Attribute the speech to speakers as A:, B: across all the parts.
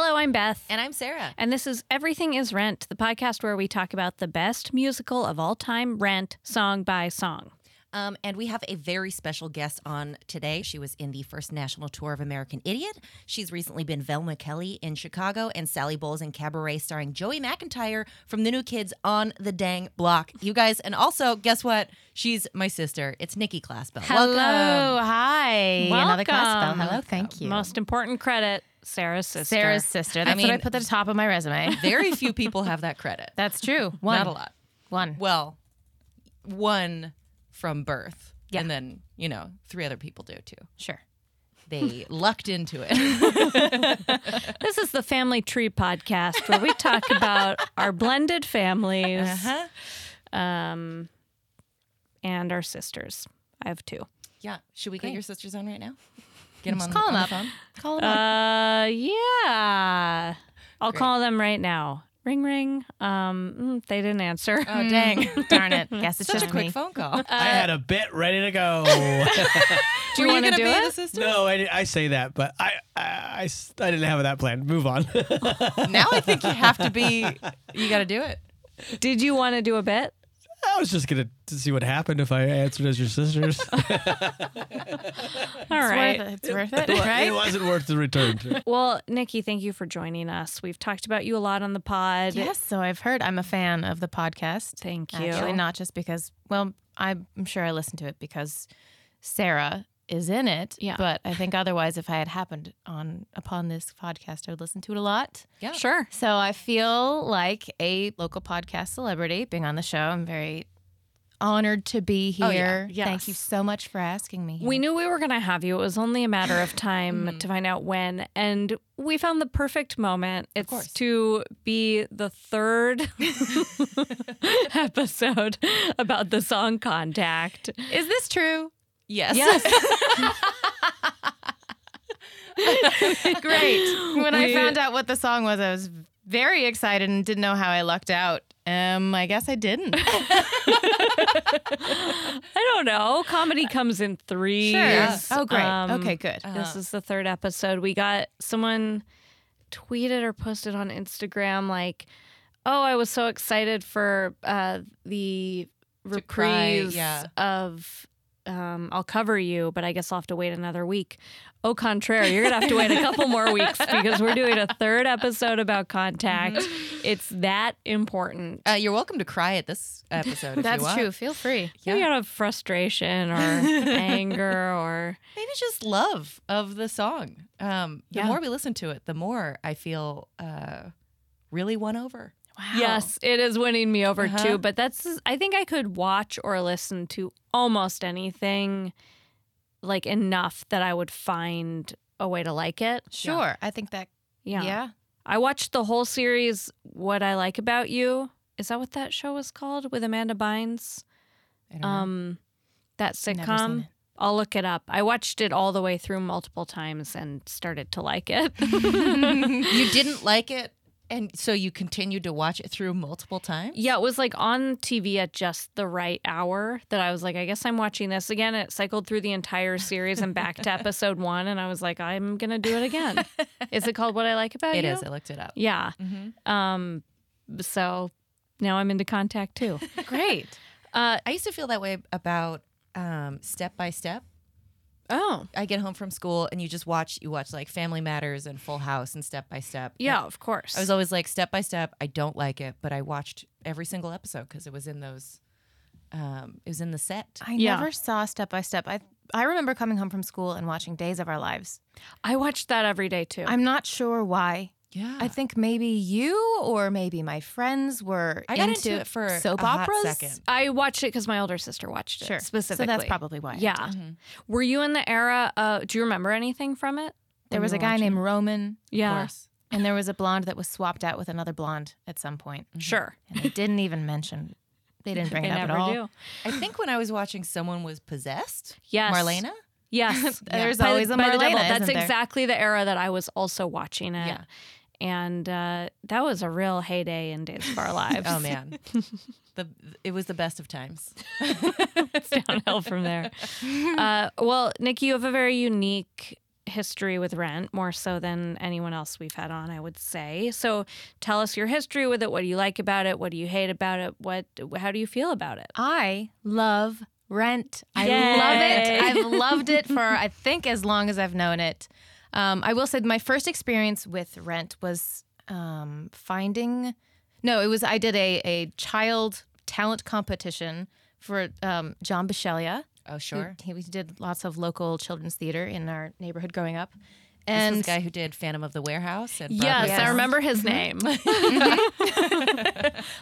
A: I'm Beth.
B: And I'm Sarah.
A: And this is Everything is Rent, the podcast where we talk about the best musical of all time, Rent, song by song.
B: Um, and we have a very special guest on today. She was in the first national tour of American Idiot. She's recently been Velma Kelly in Chicago and Sally Bowles in Cabaret, starring Joey McIntyre from the new kids on the dang block. You guys, and also, guess what? She's my sister. It's Nikki Claspel.
C: Hello,
B: Welcome.
C: Oh, hi. Another class
A: Welcome.
C: bell. Hello, thank you.
A: Most important credit, Sarah's sister.
C: Sarah's sister. That's
B: mean-
C: what I put at the top of my resume.
B: Very few people have that credit.
C: That's true. One.
B: Not a lot.
C: One.
B: Well, one from birth.
C: Yeah.
B: And then, you know, three other people do too.
C: Sure.
B: They lucked into it.
A: This is the Family Tree podcast where we talk about our blended families
C: Uh-huh.
A: um, and our sisters. I have two.
B: Yeah. Should we get your sisters on right now? Get them on,
C: Call
B: the,
C: him
B: on
C: up.
B: the phone.
C: Call him up.
A: Uh, yeah. I'll call them right now. Ring, ring. Um, mm, they didn't answer.
B: Oh, dang.
C: Mm. Darn it. Guess it's
B: Such a
C: just
B: quick
C: me.
B: phone call.
D: I had a bit ready to go.
A: do you
B: Were
A: want to
B: gonna
A: do
B: be the
A: it?
B: sister?
D: no, I, di- I say that, but I, I, I s- I didn't have that plan. Move on.
B: Now I think you have to be. You got to do it.
A: Did you want to do a bit?
D: I was just gonna to see what happened if I answered as your sisters.
A: All
C: It's
A: right.
C: worth it. It's worth it,
D: It
C: right?
D: wasn't worth the return.
A: Well, Nikki, thank you for joining us. We've talked about you a lot on the pod.
C: Yes, so I've heard. I'm a fan of the podcast.
A: Thank you.
C: Actually, not just because, well, I'm sure I listened to it because Sarah is in it.
A: Yeah.
C: But I think otherwise, if I had happened on upon this podcast, I would listen to it a lot.
B: Yeah.
A: Sure.
C: So I feel like a local podcast celebrity being on the show. I'm very honored to be here.
B: Oh, yeah.
C: Thank you
A: Yes.
C: so much for asking me.
A: We knew we were going to have you. It was only a matter of time
C: Mm-hmm.
A: to find out when. And we found the perfect moment. It's
B: course.
A: to be the third episode about the song contact.
C: Is this true?
B: Yes.
C: Great. When I
A: We-
C: found out what the song was, I was very excited and didn't know how I lucked out. Um, I guess I didn't.
A: I don't know. Comedy comes in threes.
C: Oh, great.
A: Um,
C: okay, good.
A: This
B: Uh,
A: is the third episode. We got someone tweeted or posted on Instagram like, "Oh, I was so excited for uh, the
B: cry,
A: reprise
B: yeah.
A: of." Um, I'll cover you, but I guess I'll have to wait another week. Au contraire, you're gonna have to wait a couple more weeks because we're doing a third episode about contact.
B: Mm-hmm.
A: It's that important.
B: Uh, you're welcome to cry at this episode. if you
C: That's
B: want.
C: true. Feel free.
A: Maybe out of frustration or anger or
B: Maybe just love of the song. Um, the
A: Yeah.
B: more we listen to it, the more I feel uh, really won over.
C: Wow.
A: Yes, it is winning me over
B: Uh-huh.
A: too. But that's I think I could watch or listen to almost anything like enough that I would find a way to like it.
C: Sure. I think that,
A: Yeah.
C: yeah.
A: I watched the whole series What I Like About You. Is that what that show was called with Amanda Bynes?
B: I don't know.
A: Um that
C: Never seen
A: sitcom.
C: it.
A: I'll look it up. I watched it all the way through multiple times and started to like it.
B: you didn't like it, and so you continued to watch it through multiple times.
A: Yeah, it was like on TV at just the right hour that I was like, I guess I'm watching this again. It cycled through the entire series and back to episode one, and I was like, I'm gonna do it again. is it called What I Like About
B: It
A: You?
B: is. I looked it up.
A: Yeah. Um. So now I'm into contact too.
C: Great.
A: Uh.
B: I used to feel that way about um, Step by Step.
A: Oh.
B: I get home from school and you just watch you watch like Family Matters and Full House and Step by Step.
A: Yeah. Of course.
B: I was always like Step by Step. I don't like it, but I watched every single episode because it was in those. Um, it was in the set.
C: I
A: Yeah.
C: never saw Step by Step. I I remember coming home from school and watching Days of Our Lives.
A: I watched that every day too.
C: I'm not sure why.
B: Yeah,
C: I think maybe you or maybe my friends were
B: I got into, it for
C: soap
B: a hot
C: operas.
B: second.
A: I watched it because my older sister watched it
C: Sure.
A: specifically.
C: So that's probably why. I
A: Yeah.
C: did.
A: Were you in the era? Uh, do you remember anything from it? when
C: There was
A: you
C: a
A: were
C: guy
A: watching
C: named
A: it?
C: Roman
B: Of
A: Yeah.
B: course.
C: and there was a blonde that was swapped out with another blonde at some point.
A: Sure.
C: And they didn't even mention they didn't bring
A: They
C: it up
A: never
C: at all.
A: do.
B: I think when I was watching, someone was possessed.
A: Yes.
B: Marlena.
A: Yes.
C: There's
A: By the-
C: always a
A: by the
C: Marlena,
A: devil. That's
C: isn't there?
A: exactly the era that I was also watching it.
B: Yeah.
A: And uh, that was a real heyday in Days of Our Lives.
B: Oh man, the it was the best of times.
A: it's downhill from there. Uh, well, Nikki, you have a very unique history with Rent more so than anyone else we've had on, I would say. So tell us your history with it. What do you like about it? What do you hate about it? What? How do you feel about it?
C: I love Rent.
A: Yay.
C: I love it. I've loved it for I think as long as I've known it. Um, I will say my first experience with Rent was um, finding. No, it was I did a a child talent competition for um, John Bishelia.
B: Oh,
C: who-
B: sure.
C: He, we did lots of local children's theater in our neighborhood growing up.
B: And
C: And
B: this was the guy who did Phantom of the Warehouse. And
A: Yes, Mm-hmm.
B: Broadway.
A: I remember his name.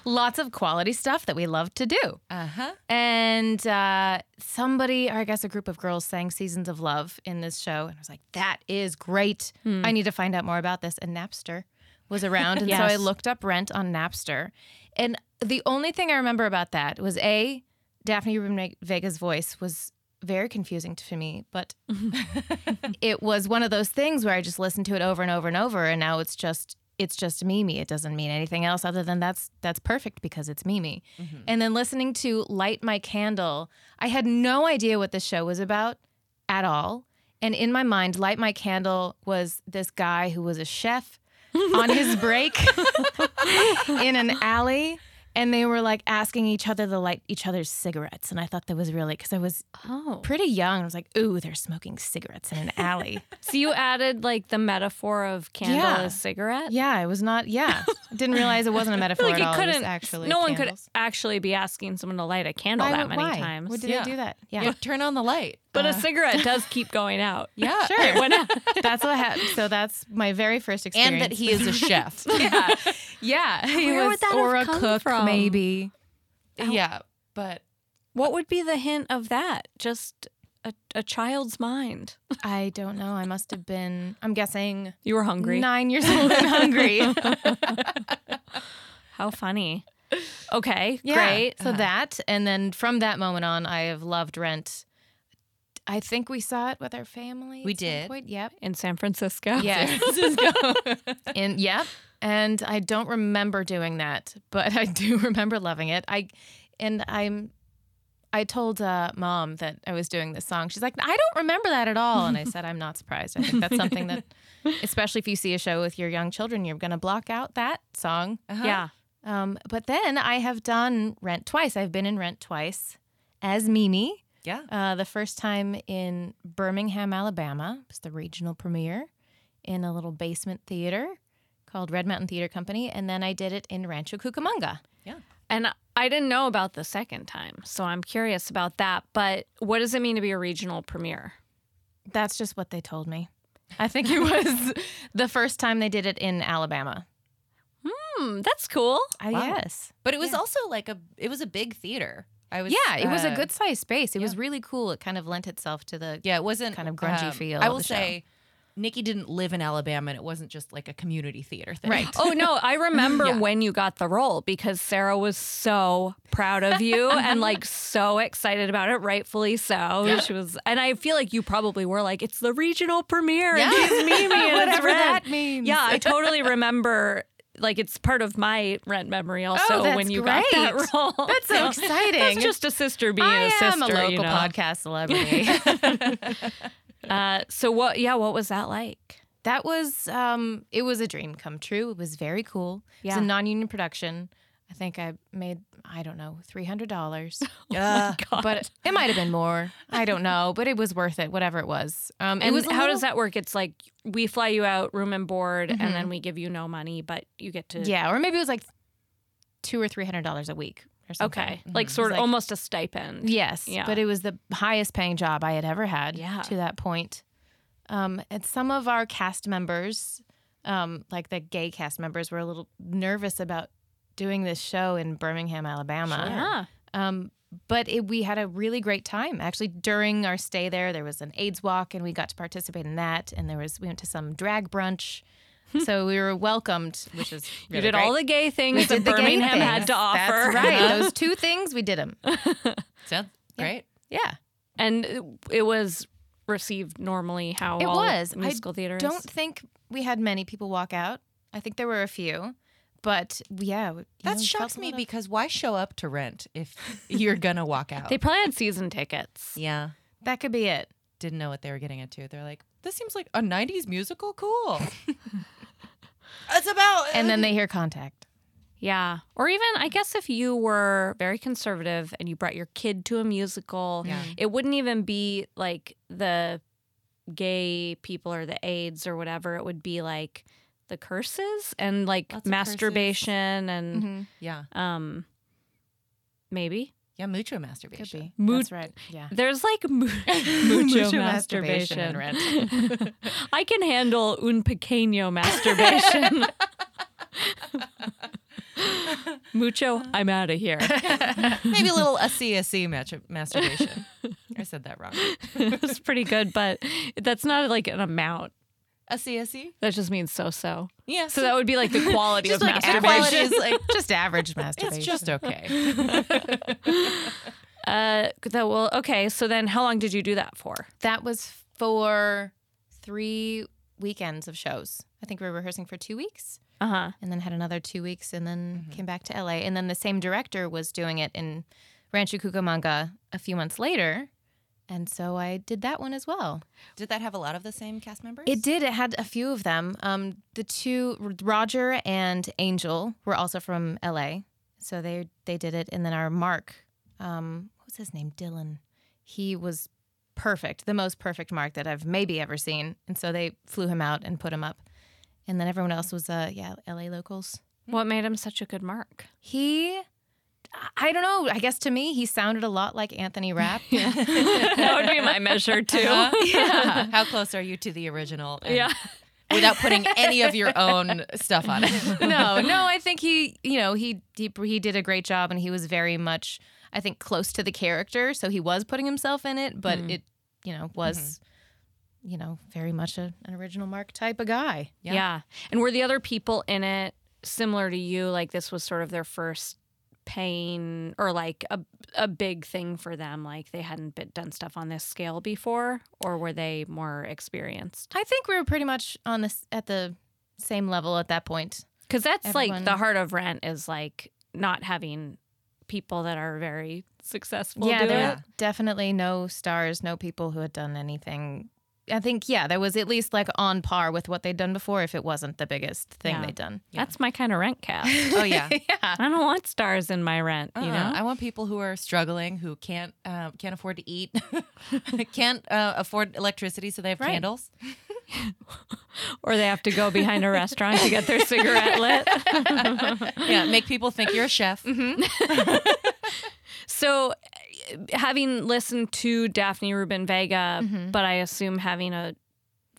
C: lots of quality stuff that we love to do.
B: Uh huh.
C: And uh, somebody, or I guess a group of girls, sang Seasons of Love in this show. And I was like, that is great. I need to find out more about this. And Napster was around. And so I
A: Yes.
C: looked up Rent on Napster. And the only thing I remember about that was A, Daphne Rubin Vega's voice was very confusing to me, but it was one of those things where I just listened to it over and over and over, and now it's just it's just Mimi. It doesn't mean anything else other than that's that's perfect because it's Mimi. And then listening to Light My Candle, I had no idea what the show was about at all. And in my mind, Light My Candle was this guy who was a chef on his break in an alley. And they were like asking each other to light each other's cigarettes. And I thought that was really, because I was
A: oh,
C: pretty young. I was like, ooh, they're smoking cigarettes in an alley.
A: so you added like the metaphor of candle
C: Yeah.
A: as cigarette.
C: yeah, it was not. Yeah, didn't realize it wasn't a metaphor
A: Like
C: at
A: it
C: all. it was
A: couldn't
C: actually,
A: No one
C: candles.
A: could actually be asking someone to light a candle
C: Why
A: that
C: would-
A: many
C: why?
A: times.
C: Why did
B: Yeah.
C: they do that?
B: Yeah. Turn on the light. Uh,
A: but a cigarette does keep going out.
B: Yeah.
C: Sure. that's what happened. So that's my very first experience.
B: And that he is a chef.
C: yeah, yeah, he
A: Where would
C: was
A: that have
C: or a
A: come
C: cook
A: from?
C: maybe.
B: yeah. But
A: What would be the hint of that? Just a, a child's mind.
C: I don't know. I must have been. I'm guessing
A: You were hungry.
C: nine years old and hungry.
A: How funny. Okay,
C: Yeah.
A: great.
C: So that, and then from that moment on, I have loved Rent. I think we saw it with our family.
B: We
C: at some
B: did.
C: Point. Yep.
A: In San Francisco.
C: Yes. and yep. And I don't remember doing that, but I do remember loving it. I and I'm I told uh, mom that I was doing this song. She's like, I don't remember that at all. And I said, I'm not surprised. I think that's something that, especially if you see a show with your young children, you're going to block out that song.
A: Yeah.
C: Um, but then I have done Rent twice. I've been in Rent twice as Mimi.
B: yeah.
C: Uh, the first time in Birmingham, Alabama, it was the regional premiere in a little basement theater called Red Mountain Theater Company, and then I did it in Rancho Cucamonga.
A: And I didn't know about the second time, so I'm curious about that. But what does it mean to be a regional premiere?
C: That's just what they told me. I think it was the first time they did it in Alabama.
A: Hmm, that's cool.
C: I
B: Wow.
C: Yes.
B: But it was also like a it was a big theater. I was
C: yeah, it was a
B: uh,
C: good sized space. It was really cool. It kind of lent itself to the
B: Yeah, it wasn't
C: kind of grungy
B: um,
C: feel
B: I
C: of
B: will
C: the show.
B: say Nikki didn't live in Alabama and it wasn't just like a community theater thing.
C: Right.
A: Oh no, I remember when you got the role because Sarah was so proud of you and like so excited about it, rightfully so. She was and I feel like you probably were like, It's the regional premiere and she's Mimi and it's
C: Whatever
A: Red."
C: that means.
A: Yeah, I totally remember like it's part of my rent memory also
C: Oh, that's
A: when you got
C: great.
A: that role.
C: That's so exciting.
A: That's just a sister being
C: I
A: a sister.
C: am a local
A: you know?
C: podcast celebrity.
A: Uh, so what? Yeah, what was that like?
C: That was um it was a dream come true. It was very cool. It was
A: Yeah.
C: a non-union production. I think I made I don't know, $300,
B: Yeah.
C: but it might have been more. I don't know, but it was worth it whatever it was. Um
A: And
C: it was a
A: how
C: little-
A: does that work? It's like we fly you out, room and board, and then we give you no money, but you get to
C: Mm-hmm. Yeah, or maybe it was like 2 or $300 a week or something.
A: okay, like sort of
C: Mm-hmm. like-
A: almost a stipend.
C: Yes,
A: Yeah.
C: but it was the highest paying job I had ever had
A: Yeah.
C: to that point. Um, and some of our cast members, um, like the gay cast members, were a little nervous about doing this show in Birmingham, Alabama.
A: Yeah.
C: Um, but it, we had a really great time. Actually, during our stay there, there was an AIDS walk, and we got to participate in that. And there was we went to some drag brunch, so we were welcomed, which is
A: you did all the gay things that
C: the gay
A: Birmingham had
C: things.
A: to offer.
C: That's right. Those two things we did them.
B: Sounds great.
C: Yeah.
A: And it- it was received normally how
C: It
A: all
C: was. I
A: musical theater is.
C: Don't think we had many people walk out. I think there were a few, but yeah, you know,
B: That
C: we
B: shocks
C: felt a
B: me
C: lot of-
B: because why show up to rent if you're gonna walk out?
A: They probably had season tickets.
B: yeah.
C: that could be it.
B: Didn't know what they were getting into. They're like, this seems like a 90s musical? Cool. it's about.
C: and then they hear contact.
A: Yeah. Or even, I guess, if you were very conservative and you brought your kid to a musical,
B: Yeah.
A: it wouldn't even be like the gay people or the AIDS or whatever. It would be like the curses and like
B: Lots of
A: masturbation and
B: yeah.
A: um, maybe.
B: Yeah, mucho masturbation.
C: Could be.
A: Mood-
C: That's right. Yeah.
A: There's like mu- mucho
C: Mucho
A: masturbation.
C: masturbation in
A: I can handle un pequeño masturbation. mucho, I'm out of here.
B: Maybe a little SCSC match- masturbation. I said that wrong.
A: it was pretty good, but that's not like an amount.
B: SCSC?
A: That just means so so.
B: Yeah.
A: So that would be like the quality
B: just
A: of
B: like equality
A: masturbation.
B: is like,
C: Just average masturbation.
B: it's just okay.
A: Uh, that well, okay. So then, how long did you do that for?
C: That was for three weekends of shows. I think we were rehearsing for two weeks
A: Uh huh.
C: and then had another two weeks and then
B: Mm-hmm.
C: came back to LA. And then the same director was doing it in Rancho Cucamonga a few months later. And so I did that one as well.
B: Did that have a lot of the same cast members?
C: It did. It had a few of them. Um, the two Roger and Angel were also from LA, so they they did it. And then our Mark, um, what was his name? Dylan. He was perfect, the most perfect Mark that I've maybe ever seen. And so they flew him out and put him up. And then everyone else was, uh, yeah, LA locals.
A: What made him such a good mark?
C: He, I don't know. I guess to me, he sounded a lot like Anthony Rapp.
A: that would be my measure too.
B: Huh? Yeah. How close are you to the original? And
A: Yeah.
B: Without putting any of your own stuff on it.
C: no, no. I think he, you know, he, he he did a great job, and he was very much, I think, close to the character. So he was putting himself in it, but
A: Mm-hmm.
C: it, you know, was, you know, very much a, an original Mark type of guy.
A: yeah. And were the other people in it similar to you? Like this was sort of their first pain or like a a big thing for them. Like they hadn't been, done stuff on this scale before, or were they more experienced?
C: I think we were pretty much on this at the same level at that point.
A: Because that's like the
C: Everyone-
A: heart of rent is like not having people that are very successful.
C: yeah,
A: do
C: there
A: it.
C: were definitely no stars, no people who had done anything. I think yeah, there was at least like on par with what they'd done before, if it wasn't the biggest thing
A: Yeah.
C: they'd done.
A: That's my kind of rent cast.
B: Oh, yeah.
C: yeah.
A: I don't want stars in my rent. You
B: Uh-uh.
A: know,
C: Uh-huh.
B: I want people who are struggling, who can't uh, can't afford to eat, can't uh, afford electricity, so they have candles.
A: or they have to go behind a restaurant to get their cigarette lit.
B: Yeah, make people think you're a chef.
C: Mm-hmm.
A: So, uh, having listened to Daphne Rubin Vega,
C: Mm-hmm.
A: but I assume having a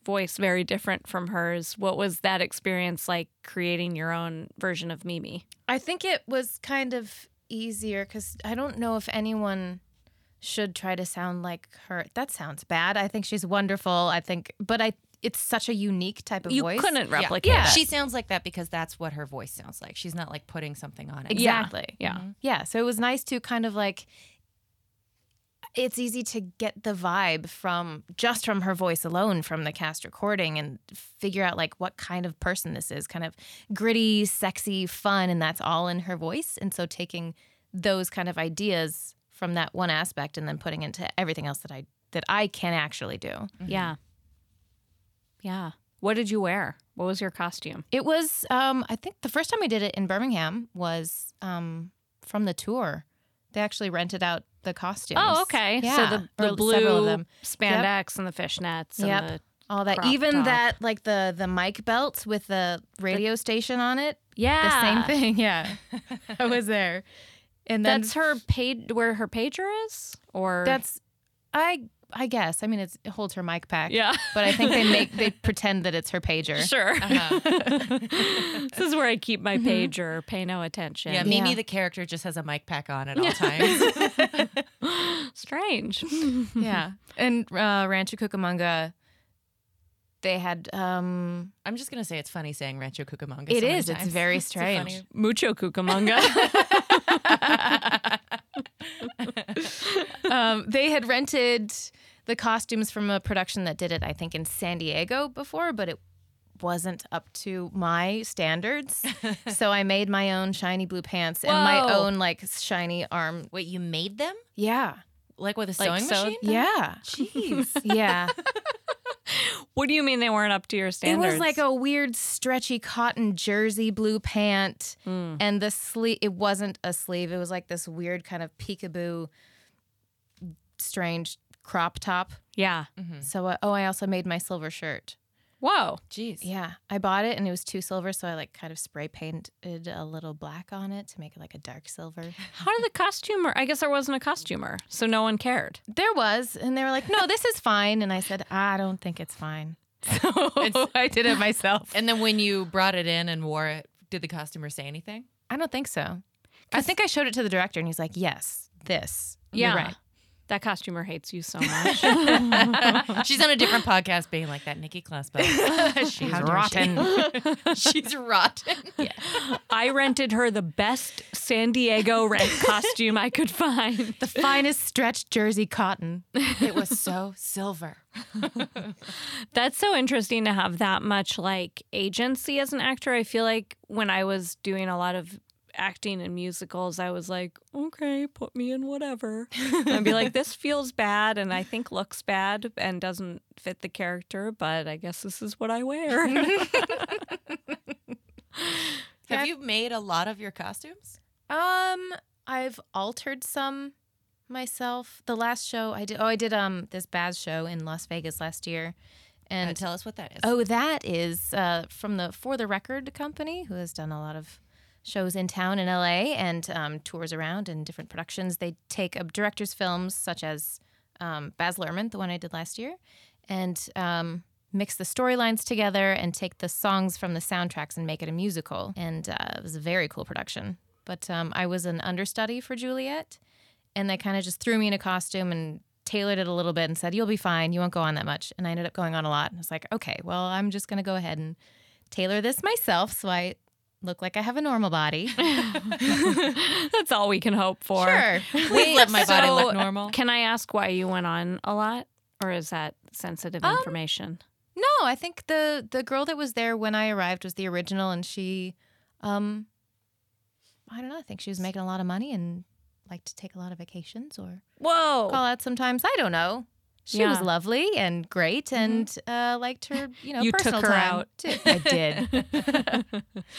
A: voice very different from hers, what was that experience like creating your own version of Mimi?
C: I think it was kind of easier because I don't know if anyone should try to sound like her. That sounds bad. I think she's wonderful. I think, but I it's such a unique type of
A: You
C: voice.
A: couldn't
B: Yeah.
A: replicate
C: Yeah.
A: that.
B: She sounds like that because that's what her voice sounds like. She's not like putting something on it.
C: exactly.
A: Yeah.
C: Yeah. So it was nice to kind of like. It's easy to get the vibe from just from her voice alone from the cast recording and figure out like what kind of person this is kind of gritty, sexy, fun, and that's all in her voice. And so taking those kind of ideas from that one aspect and then putting into everything else that I that I can actually do.
A: Yeah. Yeah. What did you wear? What was your costume?
C: It was, um, I think the first time we did it in Birmingham was um, from the tour. They actually rented out the costumes.
A: Oh, okay.
C: Yeah.
A: So the, the
C: Or several
A: blue
C: of them.
A: spandex and the fishnets and
C: Yep.
A: the
C: All that,
A: crop
C: even
A: top.
C: that, like the the mic belts with the radio station on it.
A: yeah,
C: The same thing. Yeah, I was there, and then
A: That's her page where her pager is, or
C: that's, I I guess. I mean, it's, it holds her mic pack.
A: yeah.
C: But I think they make they pretend that it's her pager.
A: Sure. Uh-huh. this is where I keep my
C: Mm-hmm.
A: pager. Pay no attention.
B: Yeah, Mimi the character just has a mic pack on at all times.
A: Strange. Hmm.
B: Mm-hmm.
C: Yeah. And uh, Rancho Cucamonga, they had um,
B: I'm just gonna say it's funny saying Rancho Cucamonga.
C: It
B: so many
C: is. It's
B: times.
C: very
B: a funny-
C: strange.
A: Mucho cucamonga.
C: um, they had rented the costumes from a production that did it, I think, in San Diego before, but it wasn't up to my standards. so I made my own shiny blue pants and my
A: Whoa.
C: own like shiny arm.
B: Wait, you made them
C: Yeah.
B: like with a
A: Like
B: sewing
A: sewed?
B: machine?
C: Yeah.
B: Jeez.
C: Yeah.
A: What do you mean they weren't up to your
C: It
A: standards?
C: was like a weird stretchy cotton jersey, blue pant, and the sleeve. It wasn't a sleeve. It was like this weird kind of peekaboo, strange crop top.
A: yeah.
C: So, uh, oh, I also made my silver shirt.
A: Whoa.
B: Jeez.
C: Yeah, I bought it and it was two silver, so I like kind of spray painted a little black on it to make it like a dark silver.
A: How did the costumer? I guess there wasn't a costumer, so no one cared.
C: There was, and they were like, "No, this is fine," and I said, "I don't think it's fine." So I did it myself.
B: And then when you brought it in and wore it, did the costumer say anything?
C: I don't think so. I think I showed it to the director, and he's like, "Yes, this." You're
A: Yeah.
C: right.
A: That costumer hates you so much.
B: She's on a different podcast being like that, Nikki Klasbo. She's
C: How
B: rotten.
C: dare she.
B: She's rotten.
A: I rented her the best San Diego rent costume I could find.
C: the finest stretched jersey cotton.
B: It was so silver.
A: That's so interesting to have that much like agency as an actor. I feel like when I was doing a lot of acting in musicals, I was like, okay, put me in whatever. And I'd be like, this feels bad and I think looks bad and doesn't fit the character, but I guess this is what I wear.
B: Have you made a lot of your costumes?
C: Um, I've altered some myself. The last show I did, oh, I did um this Baz show in Las Vegas last year,
B: And
C: and
B: tell us what that is.
C: Oh, that is uh, from the For the Record company, who has done a lot of shows in town in LA and um, tours around in different productions. They take up directors' films such as um, Baz Luhrmann, the one I did last year, and um, mix the storylines together and take the songs from the soundtracks and make it a musical. And uh, it was a very cool production. But um, I was an understudy for Juliet, and they kind of just threw me in a costume and tailored it a little bit and said, You'll be fine. You won't go on that much. And I ended up going on a lot. And I was like, Okay, well, I'm just going to go ahead and tailor this myself so I look like I have a normal body.
A: That's all we can hope for.
B: Please let my body
A: so-
B: look normal.
A: Can I ask why you went on a lot? Or is that sensitive information?
C: No, I think the the girl that was there when I arrived was the original, and she, um, I don't know. I think she was making a lot of money and liked to take a lot of vacations or
A: Whoa.
C: call out sometimes. I don't know. She was
A: Yeah. Mm-hmm.
C: lovely and great, and uh, liked her. You know,
A: You took
C: personal
A: her
C: time
A: out.
C: Too. I did.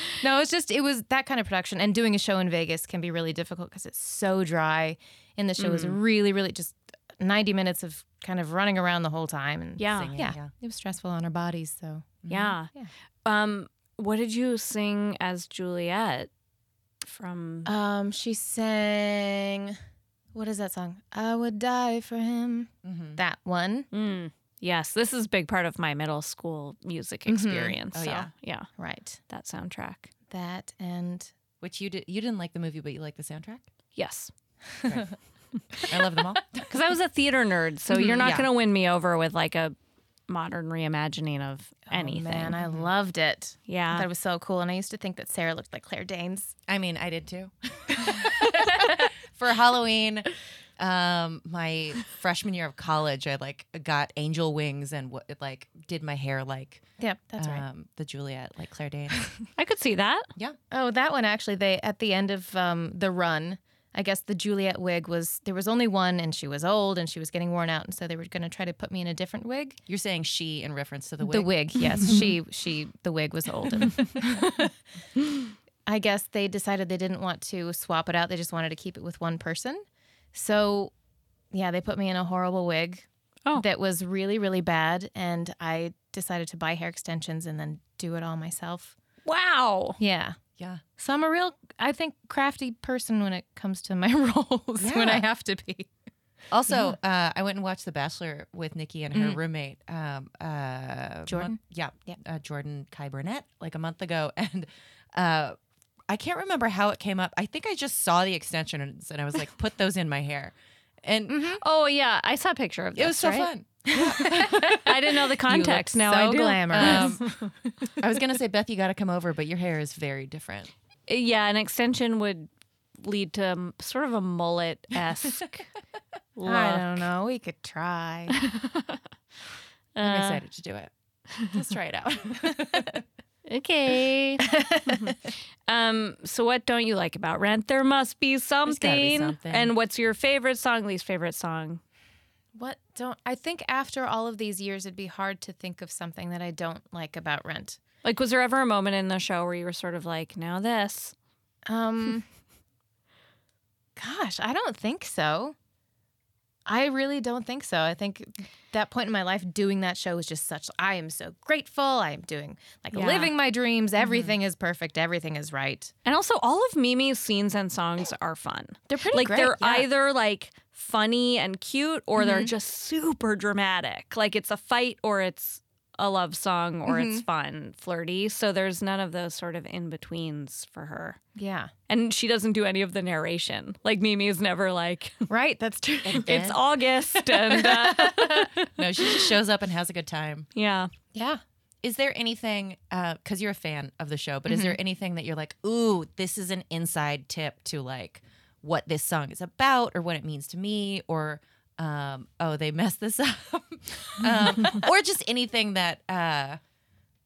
C: no, it was just it was that kind of production, and doing a show in Vegas can be really difficult because it's so dry, and the show was
A: Mm-hmm.
C: really, really just ninety minutes of kind of running around the whole time, and
A: Yeah.
B: Singing,
C: yeah,
B: yeah.
C: it was stressful on our bodies. So Mm-hmm.
A: Yeah.
C: Yeah.
A: Um, what did you sing as Juliet from
C: Um, she sang, what is that song? I would die for him.
A: Mm-hmm.
B: Mhm.
C: That one,
A: Mm, yes, this is a big part of my middle school music experience.
B: Oh,
A: so,
B: yeah.
A: yeah,
C: right?
A: that soundtrack.
C: That and
B: Which you did. You didn't like the movie, but you like the soundtrack.
A: Yes.
B: I love them all.
A: Because I was a theater nerd, so you're not
B: yeah.
A: going to win me over with like a modern reimagining of anything.
C: Oh, man, I loved it. I
A: yeah.
C: thought it was so cool, and I used to think that Sarah looked like Claire Danes.
B: I mean, I did too. For Halloween, um, my freshman year of college, I like got angel wings and what like did my hair like
C: Yep, that's
B: um,
C: right.
B: the Juliet, like Claire Danes.
A: I could see that.
C: Oh, that one actually. They at the end of um, the run, I guess the Juliet wig was there was only one, and she was old, and she was getting worn out, and so they were going to try to put me in a different wig.
B: You're saying she in reference to the wig.
C: The wig, Mm-hmm. yes. she she the wig was old. and- I guess they decided they didn't want to swap it out. They just wanted to keep it with one person. So, yeah, they put me in a horrible wig
A: Oh.
C: that was really really bad and I decided to buy hair extensions and then do it all myself.
A: Wow.
C: Yeah.
B: Yeah.
C: So I'm a real I think crafty person when it comes to my roles when
B: Yeah.
C: I have to be.
B: Also, uh, I went and watched The Bachelor with Nikki and her roommate, um, uh,
C: Jordan?
B: month- yeah,
C: Yeah.
B: Uh, Jordan Kai Burnett, like a month ago, and uh, I can't remember how it came up. I think I just saw the extensions and I was like, put those in my hair, and
A: Oh, yeah. I saw a picture of this.
B: it was so
A: right?
B: fun.
A: I didn't know the context.
C: You
A: Now
C: look so
A: I do.
C: glamorous.
B: Um, I was gonna say, Beth, you got to come over, but your hair is very different.
A: Yeah, an extension would lead to um, sort of a mullet esque look.
C: I don't know. We could try.
B: I'm
A: Uh,
B: excited to do it. Let's try it out.
A: Okay. um, so what don't you like about Rent? There must be something.
B: something.
A: And what's your favorite song, least favorite song?
C: What don't I think after all of these years it'd be hard to think of something that I don't like about Rent.
A: Like, was there ever a moment in the show where you were sort of like, now this?
C: Um gosh, I don't think so. I really don't think so. I think that point in my life doing that show was just such I am so grateful. I am doing like
A: Yeah.
C: living my dreams. Everything is perfect. Everything is right.
A: And also, all of Mimi's scenes and songs are fun.
C: They're pretty
A: like
C: great,
A: they're
C: yeah. Mm-hmm.
A: either like funny and cute or they're just super dramatic like it's a fight or it's a love song or
C: Mm-hmm.
A: it's fun flirty so there's none of those sort of in-betweens for her
C: Yeah.
A: and she doesn't do any of the narration like mimi is never like
C: Right, that's true.
A: it's august and uh,
B: No, she just shows up and has a good time.
A: yeah
C: yeah.
B: Is there anything, because you're a fan of the show, but is there anything that you're like, ooh, this is an inside tip to like what this song is about or what it means to me or, um, oh, they messed this up? um, or just anything that, uh,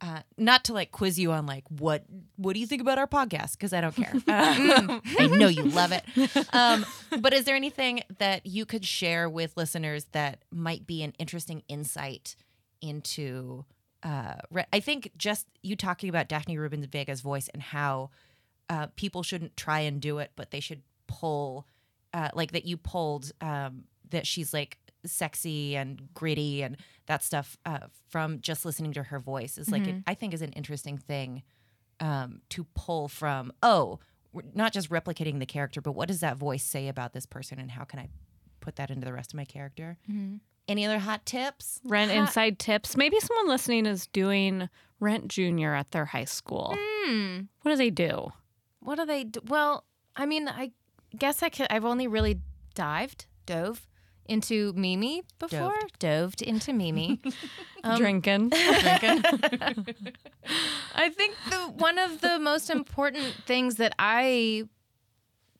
B: uh, not to like quiz you on like what what do you think about our podcast because I don't care. Um, I know you love it, um, but is there anything that you could share with listeners that might be an interesting insight into? Uh, re- I think just you talking about Daphne Rubin Vega's voice and how uh, people shouldn't try and do it, but they should pull, uh, like that you pulled um, that she's like sexy and gritty and that stuff uh, from just listening to her voice is like,
C: Mm-hmm.
B: it, I think is an interesting thing um, to pull from. Oh, we're not just replicating the character, but what does that voice say about this person and how can I put that into the rest of my character?
C: Mm-hmm.
B: Any other hot tips?
A: rent inside tips maybe someone listening is doing rent junior at their high school what do they do
C: What do they do? Well, I mean, I guess I could, I've only really dived, dove into Mimi before. Doved, into Mimi.
A: Um, drinking
C: I think the one of the most important things that I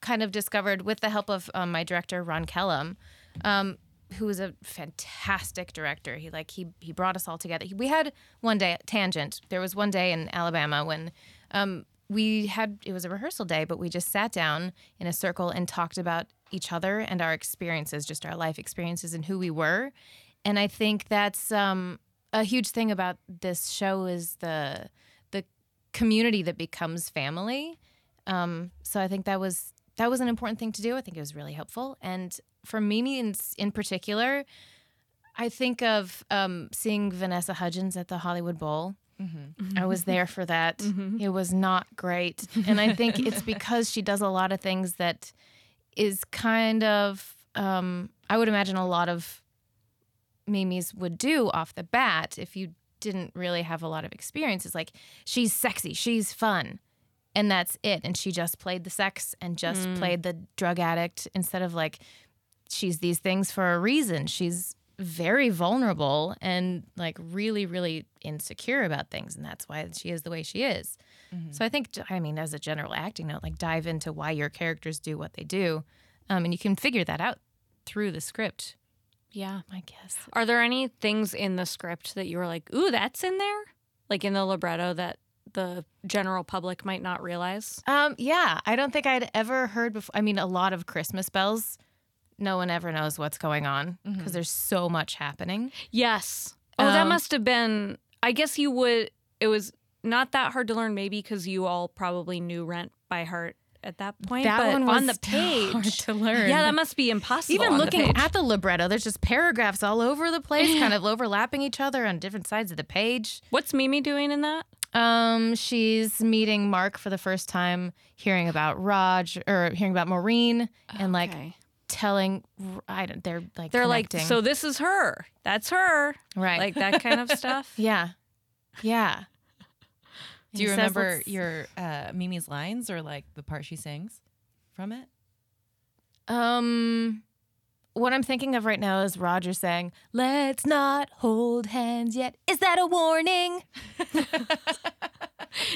C: kind of discovered with the help of um, my director Ron Kellum, um, who was a fantastic director. He like he he brought us all together. He- we had one day tangent. There was one day in Alabama when um, we had it was a rehearsal day, but we just sat down in a circle and talked about each other and our experiences, just our life experiences and who we were. And I think that's um, a huge thing about this show is the the community that becomes family. Um, so I think that was that was an important thing to do. I think it was really helpful. And for Mimi in, in particular, I think of um, seeing Vanessa Hudgens at the Hollywood Bowl. I was there for that. It was not great, and I think it's because she does a lot of things that is kind of um, I would imagine a lot of Mimi's would do off the bat if you didn't really have a lot of experience is like she's sexy, she's fun, and that's it. And she just played the sex and just played the drug addict instead of like she's these things for a reason. She's very vulnerable and like really, really insecure about things, and that's why she is the way she is. So I think, I mean, as a general acting note, like dive into why your characters do what they do, um, and you can figure that out through the script.
A: yeah
C: I guess.
A: Are there any things in the script that you were like, ooh, that's in there? Like in the libretto that the general public might not realize?
C: Um, yeah, I don't think I'd ever heard before. I mean, a lot of Christmas bells. No one ever knows what's going on because
A: Mm-hmm.
C: there's so much happening.
A: Yes. Oh, that
C: Um,
A: must have been, I guess you would, it was not that hard to learn, maybe because you all probably knew Rent by heart at that point.
C: That
A: but
C: one
A: on
C: was
A: the page.
C: hard to learn.
A: Yeah, that must be impossible.
C: Even
A: on the
C: looking
A: page.
C: at the libretto, there's just paragraphs all over the place, kind of overlapping each other on different sides of the page.
A: What's Mimi doing in that?
C: Um, she's meeting Mark for the first time, hearing about Raj or hearing about Maureen, and like
A: Okay.
C: telling I don't. They're like
A: They're like,
C: connecting.
A: so this is her. That's her.
C: right
A: Like that kind of stuff.
C: yeah yeah.
B: Do you
C: He says,
B: remember
C: "Let's-
B: your uh, Mimi's lines or like the part she sings from it?
C: Um, what I'm thinking of right now is Roger saying, "Let's not hold hands yet." Is that a warning?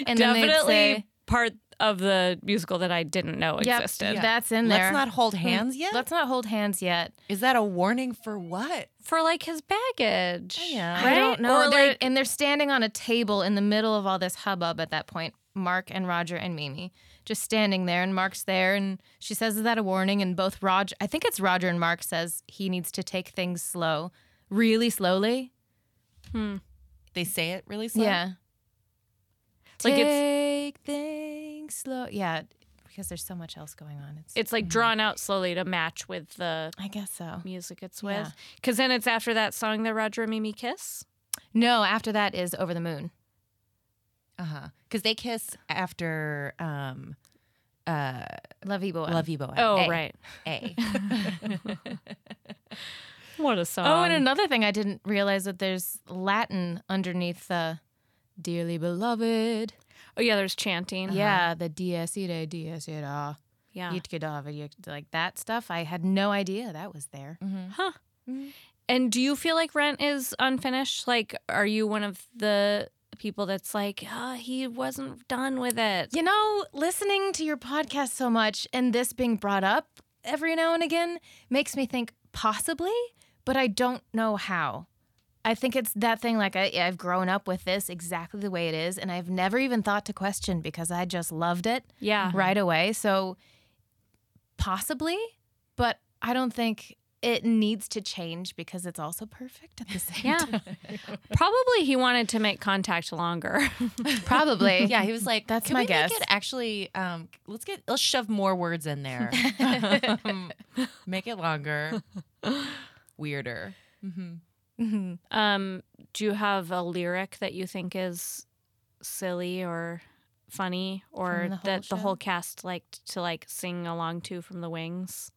C: and then they'd
A: Definitely
C: say,
A: part of the musical that I didn't know
C: "Yep,
A: existed.
C: that's in there. Mm-hmm.
B: Let's not hold hands yet.
C: Let's not hold hands yet.
B: Is that a warning for what?
A: for like his baggage.
B: Yeah.
C: I don't know.
A: Or
C: They're-
A: like,
C: and they're standing on a table in the middle of all this hubbub at that point. Mark and Roger and Mimi just standing there, and Mark's there, and she says, "Is that a warning?" And both Roger, I think it's Roger and Mark, says he needs to take things slow, really slowly.
B: They say it really slow.
C: yeah,
A: Like
C: take
A: it's-
C: things slow. Yeah, because there's so much else going on. It's,
A: It's like drawn out slowly to match with the
C: I guess so.
A: music it's
C: Yeah.
A: with. Because then it's after that song that Roger and Mimi kiss.
C: No, after that is Over the Moon.
B: Uh huh. Because they kiss after um, uh,
C: Love you, boy.
B: Love You Boy.
A: Oh,
B: A.
A: right.
B: A.
A: What a song.
C: Oh, and another thing I didn't realize that there's Latin underneath the dearly beloved.
A: oh yeah, there's chanting.
C: Yeah, the dies irae, dies ira,
A: Yeah.
C: yit cadaver, yit- like that stuff. I had no idea that was there.
B: Mm-hmm.
A: And do you feel like Rent is unfinished? Like, are you one of the people that's like, oh, he wasn't done with it?
C: You know, listening to your podcast so much and this being brought up every now and again makes me think possibly, but I don't know how. I think it's that thing like I, I've grown up with this exactly the way it is, and I've never even thought to question because I just loved it.
A: Yeah.
C: right away. So possibly, but I don't think it needs to change because it's also perfect at the same
A: Yeah.
C: time.
A: Probably he wanted to make contact longer.
C: Probably.
B: Yeah, he was like,
C: That's
B: "Can
C: my
B: we make
C: guess.
B: it actually, um, let's get let's shove more words in there, make it longer, weirder." hmm
C: Mhm.
A: um, do you have a lyric that you think is silly or funny or
C: From the whole
A: that the
C: show?
A: whole cast liked to like sing along to from the wings?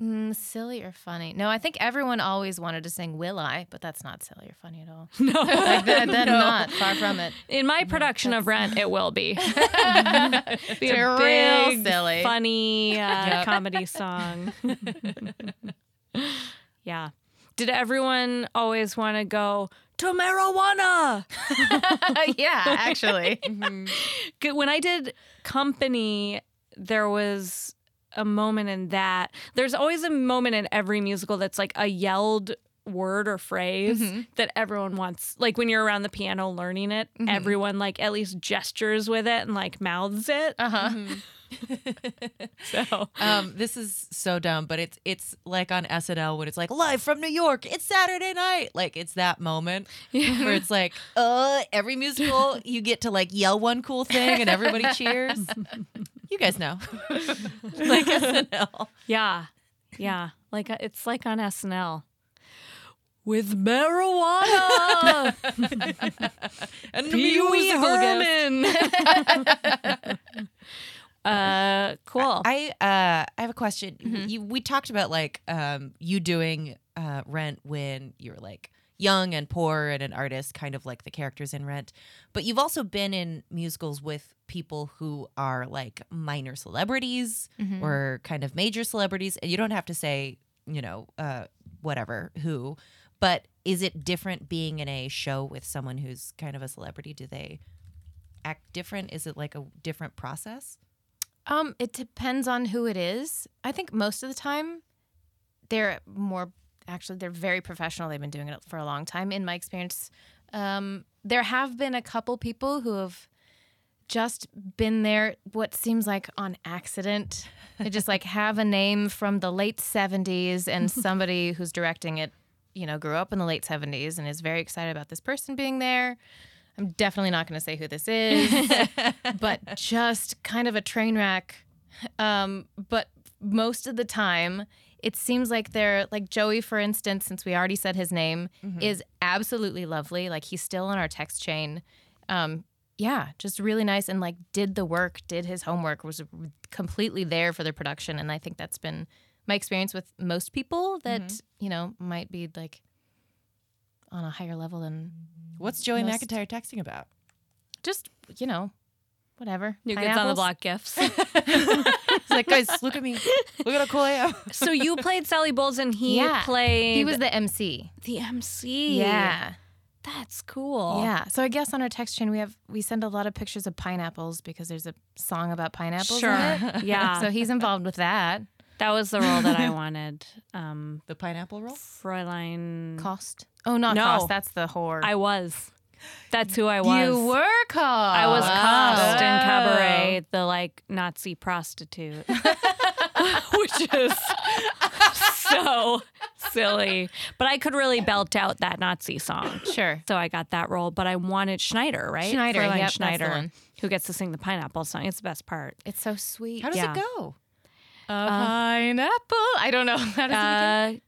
C: Mm, silly or funny? No, I think everyone always wanted to sing "Will I," but that's not silly or funny at all.
A: No.
C: Like that, that not far from it.
A: In my production of Rent, it will be. be
C: They're
A: a
C: real
A: big,
C: silly.
A: funny uh, comedy song. yeah. Did everyone always want to go to marijuana?
C: yeah, actually.
A: Good- When I did Company, there was a moment in that. There's always a moment in every musical that's like a yelled word or phrase
B: Mm-hmm.
A: that everyone wants. Like when you're around the piano learning it,
B: Mm-hmm.
A: everyone like at least gestures with it and like mouths it.
C: Uh huh.
A: So
B: Um, this is so dumb, but it's it's like on SNL when it's like live from New York. It's Saturday night, like it's that moment where it's like, uh, every musical you get to like yell one cool thing and everybody cheers. You guys know, like SNL.
A: Yeah. Yeah. Like uh, it's like on SNL. With marijuana,
B: And the
A: Pee Wee
B: musical guest.
A: Herman. uh, cool.
B: I uh, I have a question. You, we talked about like um, you doing uh, Rent when you were like young and poor and an artist, kind of like the characters in Rent. But you've also been in musicals with people who are like minor celebrities or kind of major celebrities, and you don't have to say you know uh, whatever who. But is it different being in a show with someone who's kind of a celebrity? Do they act different? Is it like a different process?
C: Um, it depends on who it is. I think most of the time they're more actually they're very professional. They've been doing it for a long time. In my experience, um, there have been a couple people who have just been there what seems like on accident. They just like have a name from the late 70s and somebody who's directing it, you know, grew up in the late 70s and is very excited about this person being there. I'm definitely not going to say who this is, but just kind of a train wreck. Um, but most of the time, it seems like they're like Joey, for instance, since we already said his name,
A: Mm-hmm.
C: is absolutely lovely. Like he's still on our text chain. Um, yeah, just really nice and like did the work, did his homework, was completely there for the production. And I think that's been my experience with most people that,
A: Mm-hmm.
C: you know, might be like on a higher level than
B: What's Joey
C: Most-
B: McIntyre texting about?
C: just, you know, whatever.
A: New kids on the
C: Pineapples.
A: block gifts.
B: He's like, guys, look at me. Look at how cool I am.
A: so you played Sally Bowles, and he
C: Yeah.
A: played E.
C: He was the MC.
A: the MC.
C: Yeah.
A: that's cool.
C: Yeah. So I guess on our text chain we have we send a lot of pictures of pineapples because there's a song about pineapples.
A: sure.
C: In it.
A: Yeah,
C: So he's involved with that.
A: that was the role that I wanted. Um,
B: The pineapple roll?
A: Fräulein,
C: Cost. Oh, not
A: No.
C: cost. That's the whore.
A: I was. That's who I was. Oh.
C: You were Ah. called.
A: I was Cost in Cabaret, the like Nazi prostitute, which is so silly. But I could really belt out that Nazi song.
C: Sure.
A: So I got that role, but I wanted Schneider, right?
C: Schneider,
A: Fräulein
C: yep, that's the
A: Schneider,
C: one.
A: who gets to sing the pineapple song. It's the best part.
C: It's so sweet. Uh-huh.
B: How does
A: Yeah.
B: it go?
C: A pineapple. I don't know. How does it go?
A: Uh,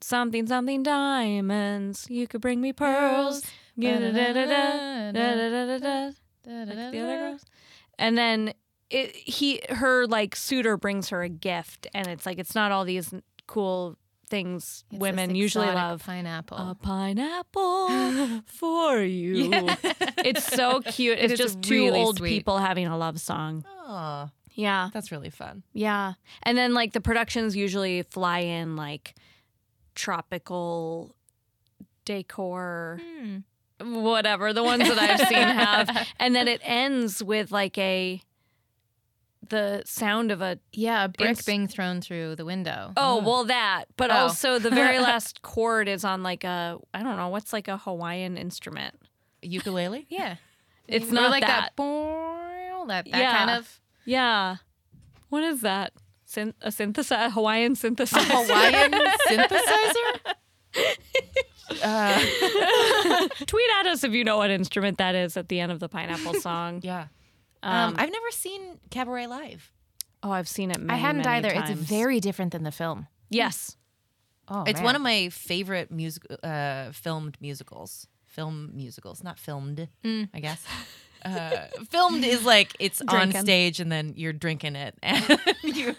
A: something, something, diamonds. You could bring me pearls. Da-da-da-da-da, da-da-da-da-da. like the other girls. And then it, he, her like suitor brings her a gift, and it's like it's not all these n- cool things
C: It's
A: women
C: this
A: usually
C: exotic
A: love.
C: pineapple.
A: A pineapple for you. It's so cute. It's
C: is
A: just two
C: really
A: old
C: sweet.
A: people having a love song.
B: Oh,
A: Yeah,
B: that's really fun.
A: yeah. And then like the productions usually fly in like tropical decor whatever the ones that I've seen have, and then it ends with like a the sound of a
C: yeah, a brick
A: It's-
C: being thrown through the window.
A: oh well that, but
C: Oh.
A: also the very last chord is on like a I don't know what's like a Hawaiian instrument.
B: Ukulele?
C: yeah.
A: It's
C: Or
A: not
C: like
A: that.
C: that. boing, That, that
A: Yeah.
C: kind of.
A: Yeah, what is that? Syn- a synthesizer, a Hawaiian synthesizer.
B: Hawaiian synthesizer? Uh,
A: Tweet at us if you know what instrument that is at the end of the pineapple song.
B: yeah.
A: um,
B: Um, I've never seen Cabaret Live.
A: oh, I've seen it. Many,
C: I hadn't
A: many
C: either.
A: times.
C: It's very different than the film.
A: yes.
C: Oh,
B: it's one of my favorite music, uh, filmed musicals. Film musicals, not filmed,
A: Mm.
B: I guess. Uh, filmed is like it's on
A: Drinking.
B: stage and then you're drinking it, and you,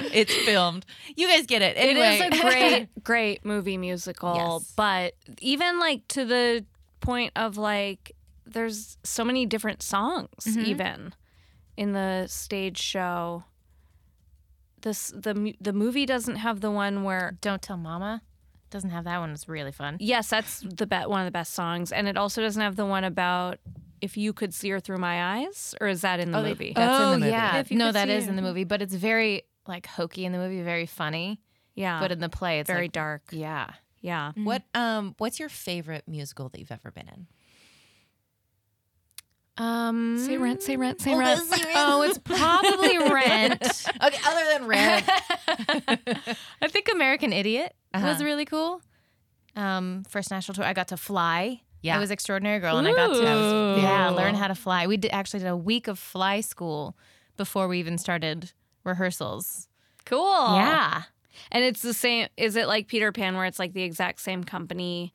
B: it's filmed. You guys get it.
A: It
B: Anyway,
A: is a great, great movie musical,
B: Yes.
A: but even like to the point of like, there's so many different songs even in the stage show. This the mu- the movie doesn't have the one where
C: Don't tell Mama. Doesn't have that one. It's really fun.
A: yes, that's the bet one of the best songs, and it also doesn't have the one about if you could see her through my eyes, or is that in the
B: Oh, they-
A: movie?
B: That's in the
C: oh
B: movie.
C: yeah,
A: If you
C: no,
A: could
C: that
A: see
C: is
A: her.
C: in the movie, but it's very like hokey in the movie, very funny.
B: Uh,
A: yeah,
C: but in the play, it's
A: very
C: like,
A: dark.
C: yeah.
A: Yeah, Mm.
B: What um what's your favorite musical that you've ever been in?
C: Um,
A: say rent, say rent, say rent.
C: oh, it's probably Rent.
B: Okay, other than Rent.
C: I think American Idiot was
B: Uh-huh.
C: really cool. Um, first national tour, I got to fly.
B: Yeah.
C: I was extraordinary girl, and I got to I was-
A: Ooh.
C: yeah learn how to fly. We did, actually did a week of fly school before we even started rehearsals.
A: cool.
C: Yeah,
A: And it's the same. Is it like Peter Pan, where it's like the exact same company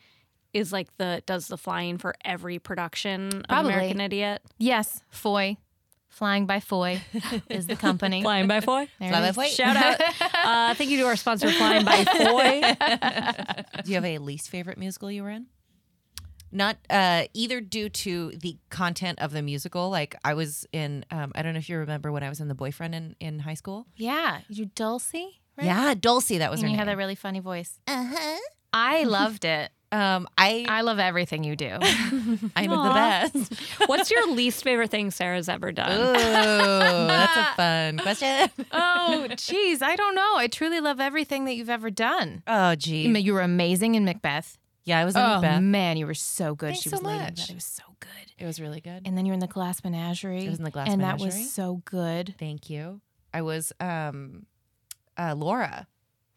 A: is like the does the flying for every production of
C: Probably.
A: American Idiot?
C: yes, Foy, flying by Foy is the company.
A: Flying by Foy.
C: There
B: Fly
C: it
B: by
C: is.
B: Foy.
A: Shout out! Uh, thank you to our sponsor, Flying by Foy.
B: Do you have a least favorite musical you were in? Not uh, either due to the content of the musical. Like I was in, um, I don't know if you remember when I was in The Boyfriend in, in high school.
C: Yeah, you Dulcie, right?
B: Yeah, Dulcie, that was
C: and
B: her
C: you had
B: name.
C: that really funny voice.
B: uh-huh.
C: I loved it.
B: Um, I,
C: I love everything you do. Uh-huh.
B: I'm the best.
A: What's your least favorite thing Sarah's ever
B: Ooh,
A: done?
B: that's a fun question.
C: oh, jeez, I don't know. I truly love everything that you've ever done.
B: Oh, gee.
C: You were amazing in Macbeth.
B: Yeah, I was in
C: Oh
B: Macbeth.
C: man, you were so good.
B: Thanks
C: she
B: so
C: was leading
B: much.
C: that. It was so good.
B: It was really good.
C: And then you're in the Glass Menagerie.
B: I was in the Glass
C: and that
B: Menagerie.
C: was so good.
B: Thank you. I was um, uh, Laura,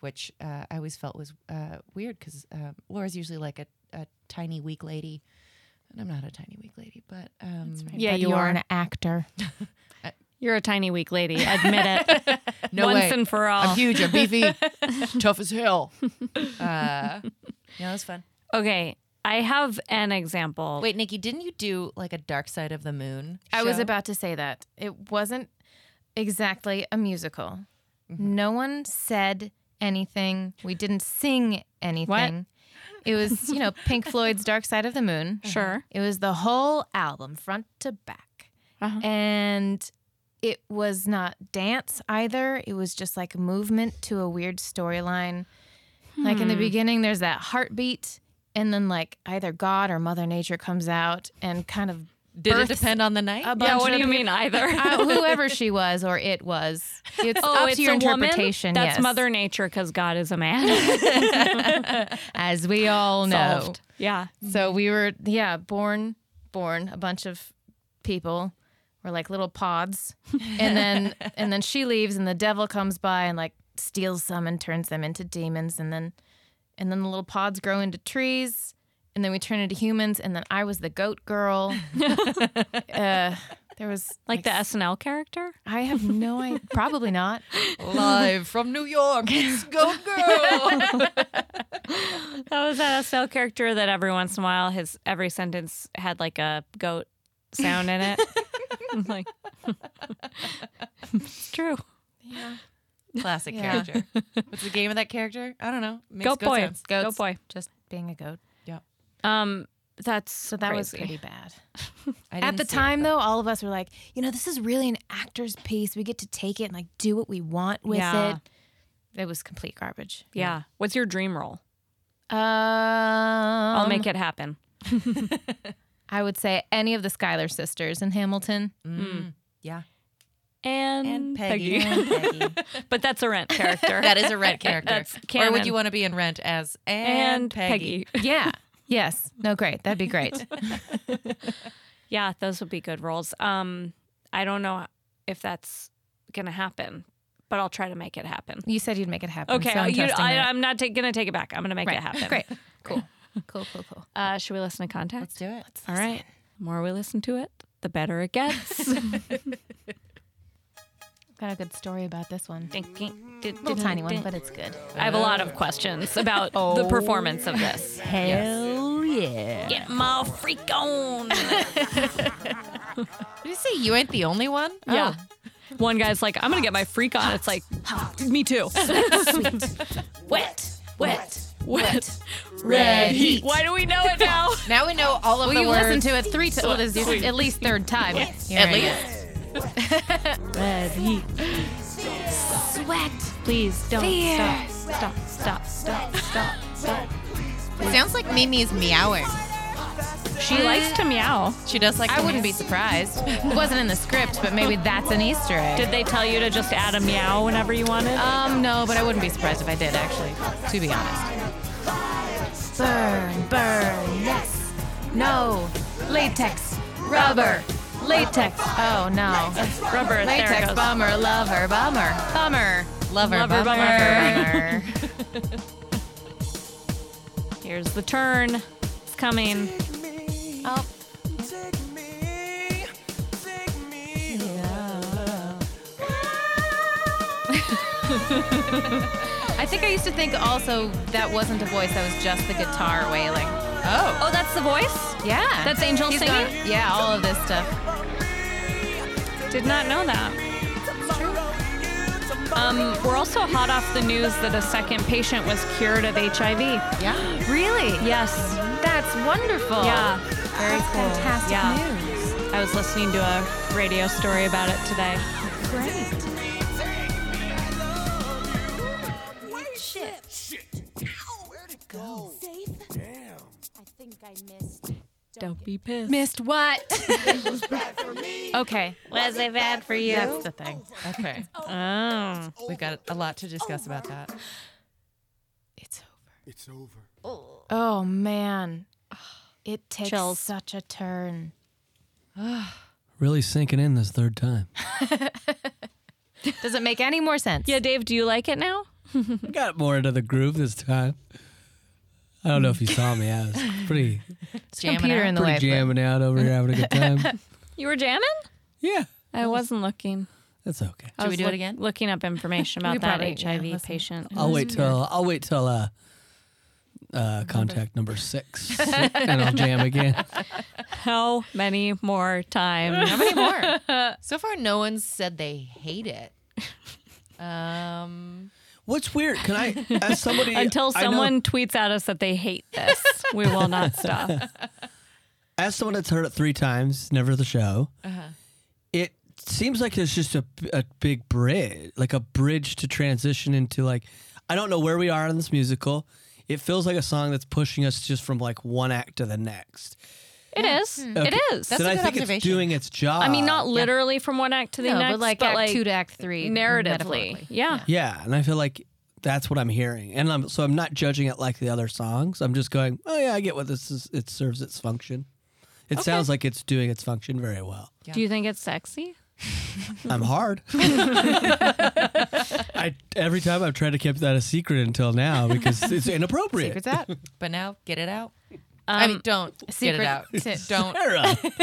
B: which uh, I always felt was uh, weird because um Laura's usually like a, a tiny weak lady, and I'm not a tiny weak lady, but um,
A: Yeah,
C: But
A: you
C: you're
A: are.
C: an actor.
A: You're a tiny, weak lady. Admit it
B: no
A: once
B: way.
A: and for all.
B: I'm huge. I'm beefy. tough as hell. Uh, yeah, that was fun.
A: okay, I have an example.
B: Wait, Nikki, didn't you do like a Dark Side of the Moon?
C: I was
B: show?
C: about to say that. It wasn't exactly a musical.
B: Mm-hmm.
C: No one said anything. We didn't sing anything. It was, you know, Pink Floyd's Dark Side of the Moon.
A: Sure.
C: It was the whole album, front to back.
A: Uh-huh.
C: And it was not dance either. It was just like movement to a weird storyline. Like
A: Hmm.
C: in the beginning, there's that heartbeat, and then like either God or Mother Nature comes out and kind of
B: Did it
C: births
B: depend on the night?
C: a bunch
A: yeah, what
C: of
A: do you
C: peop-
A: mean either?
C: Uh, whoever she was or it was. It's up to your interpretation.
A: Oh, Woman? That's
C: yes.
A: Mother Nature because God is a man.
C: as we all know.
B: Solved.
A: yeah.
C: So we were, yeah, born, born a bunch of people. were like little pods, and then and then she leaves, and the devil comes by and like steals some and turns them into demons, and then and then the little pods grow into trees, and then we turn into humans, and then I was the goat girl. uh, there was
A: Like the SNL character?
C: I have no idea. Probably not.
B: Live from New York, it's Go Girl.
A: That was that SNL character that every once in a while his every sentence had like a goat sound in it. I'm like It's true.
C: Yeah.
B: Classic
C: Yeah.
B: character. What's the game of that character? I don't know. Makes
A: Goat
B: good
A: boy.
B: sense.
A: Goat
C: Goats.
A: boy.
C: Just being a goat.
A: Um that's so
C: But that was pretty bad.
B: I
C: At
B: didn't
C: the
B: see it,
C: time,
B: but-
C: though, all of us were like, you know, this is really an actor's piece. We get to take it and like do what we want with
A: Yeah.
C: it. It was complete garbage.
A: Yeah. What's your dream role?
C: Um,
A: I'll
C: I'll
A: make it happen.
C: I would say any of the Schuyler sisters in Hamilton.
B: Mm. Yeah.
A: And,
C: Mm,
B: And Peggy. And Peggy.
A: but that's a rent character.
B: that is a Rent character.
A: That's
B: or would
A: canon.
B: you want to be in Rent as and,
A: and Peggy.
C: Yeah. yes. No, great. That'd be great.
A: Yeah, those would be good roles. Um, I don't know if that's gonna happen, but I'll try to make it happen.
C: You said uh, you'd make it happen.
A: Okay,
C: so I'm
A: you-
C: trusting
A: I,
C: that.
A: am not ta- gonna take it back. I'm gonna make
C: Right.
A: it happen.
C: Great. Cool. cool. Cool. Cool.
A: Uh, should we listen to contact?
B: Let's do it.
A: All right. The more we listen to it, the better it gets.
C: Got a good story about this one.
A: Little
C: Little tiny one, but it's good.
A: I have a lot of questions about the performance of this.
B: Hell yeah.
A: Get my freak on.
B: Did you say you ain't the only one?
A: yeah.
B: Oh.
A: One guy's like, I'm gonna get my freak on. It's like, me too.
B: Wet. Wet.
A: Wet,
B: Red heat.
A: Why do we know it now?
B: Oh, Now we know all of
C: Well,
B: the
C: you
B: words.
C: listened to it three times. Well, this is at least third time.
B: At least.
A: Please don't stop. Stop. Stop. Stop. Stop.
B: It sounds like Mimi's meowing.
A: She likes to meow.
B: She does like
C: I
B: to
C: wouldn't be
B: meow.
C: surprised. It wasn't in the script, but maybe that's an Easter egg.
A: Did they tell you to just add a meow whenever you wanted?
C: Um, no, but I wouldn't be surprised if I did, actually, to be honest. Burn, burn, yes. No. Latex, rubber, latex. Oh, no.
A: Rubber. there it
C: Latex,
A: goes.
C: bummer, lover, bummer, bummer,
B: Lover,
A: Lover bummer.
B: bummer.
C: bummer.
A: Here's the turn. It's coming.
C: oh, I think I used to think also that wasn't a voice, that was just the guitar wailing.
A: Oh, that's the voice?
C: Yeah.
A: That's Angel
C: He's
A: singing?
C: gone- yeah, all of this stuff.
A: Did not know that. Um, we're also hot off the news that a second patient was cured of HIV.
B: Yeah.
C: Really?
A: Yes.
C: That's wonderful.
A: Yeah.
C: Very cool. Fantastic
A: Yeah.
C: news.
A: I was listening to a radio story about it today.
C: Great.
E: Where'd it go? Safe? Damn.
F: I think I missed.
A: Don't be pissed.
C: Missed what? okay.
A: Was it bad for you?
C: That's the thing.
B: Okay.
A: Oh.
B: We've got a lot to discuss about that.
C: It's over.
E: It's over.
C: Oh man. It takes
A: Chills.
C: such a turn.
D: Really sinking in this third time.
C: Does it make any more sense?
A: Yeah, Dave, do you like it now?
D: I got more into the groove this time. I don't know if you saw me. I was pretty,
B: Jamming
C: computer
B: out.
C: in the
D: pretty
C: way. but-
D: jamming out over here, having a good time.
A: You were jamming?
D: Yeah,
A: I wasn't looking.
D: that's okay.
A: I
B: Should we
A: was
B: do it
A: look-
B: again?
A: Looking up information
C: We
A: about that
C: probably- yeah,
A: HIV
C: listen.
A: patient.
D: I'll wait till I'll wait till uh, uh, contact number six, and I'll jam again.
A: How many more times?
B: How many more? so far, no one said they hate it. Um,
D: What's weird? Can I, as somebody,
A: Until
D: I know-
A: someone tweets at us that they hate this, we will not stop.
D: as someone that's heard it three times, never the show,
A: Uh-huh.
D: it seems like it's just a, a big bridge, like a bridge to transition into like, I don't know where we are in this musical. It feels like a song that's pushing us just from like one act to the next.
A: It is. It is.
B: That's
D: then
B: a
D: I
B: good
D: think it's
B: observation.
D: doing its job.
A: I mean, not literally from one act to the
C: No,
A: next,
C: but like act two to act three,
A: narratively.
C: metaphorically.
A: Yeah.
D: Yeah, and I feel like that's what I'm hearing, and I'm so I'm not judging it like the other songs. I'm just going, oh yeah, I get what this is. It serves its function. It sounds like it's doing its function very well.
A: Do you think it's sexy?
D: I'm hard. I every time I've tried to keep that a secret until now because it's inappropriate.
C: Secret's out.
B: But now, get it out. I mean, don't get
C: Um, secret
B: it out.
C: tip.
B: Don't.
D: Sarah.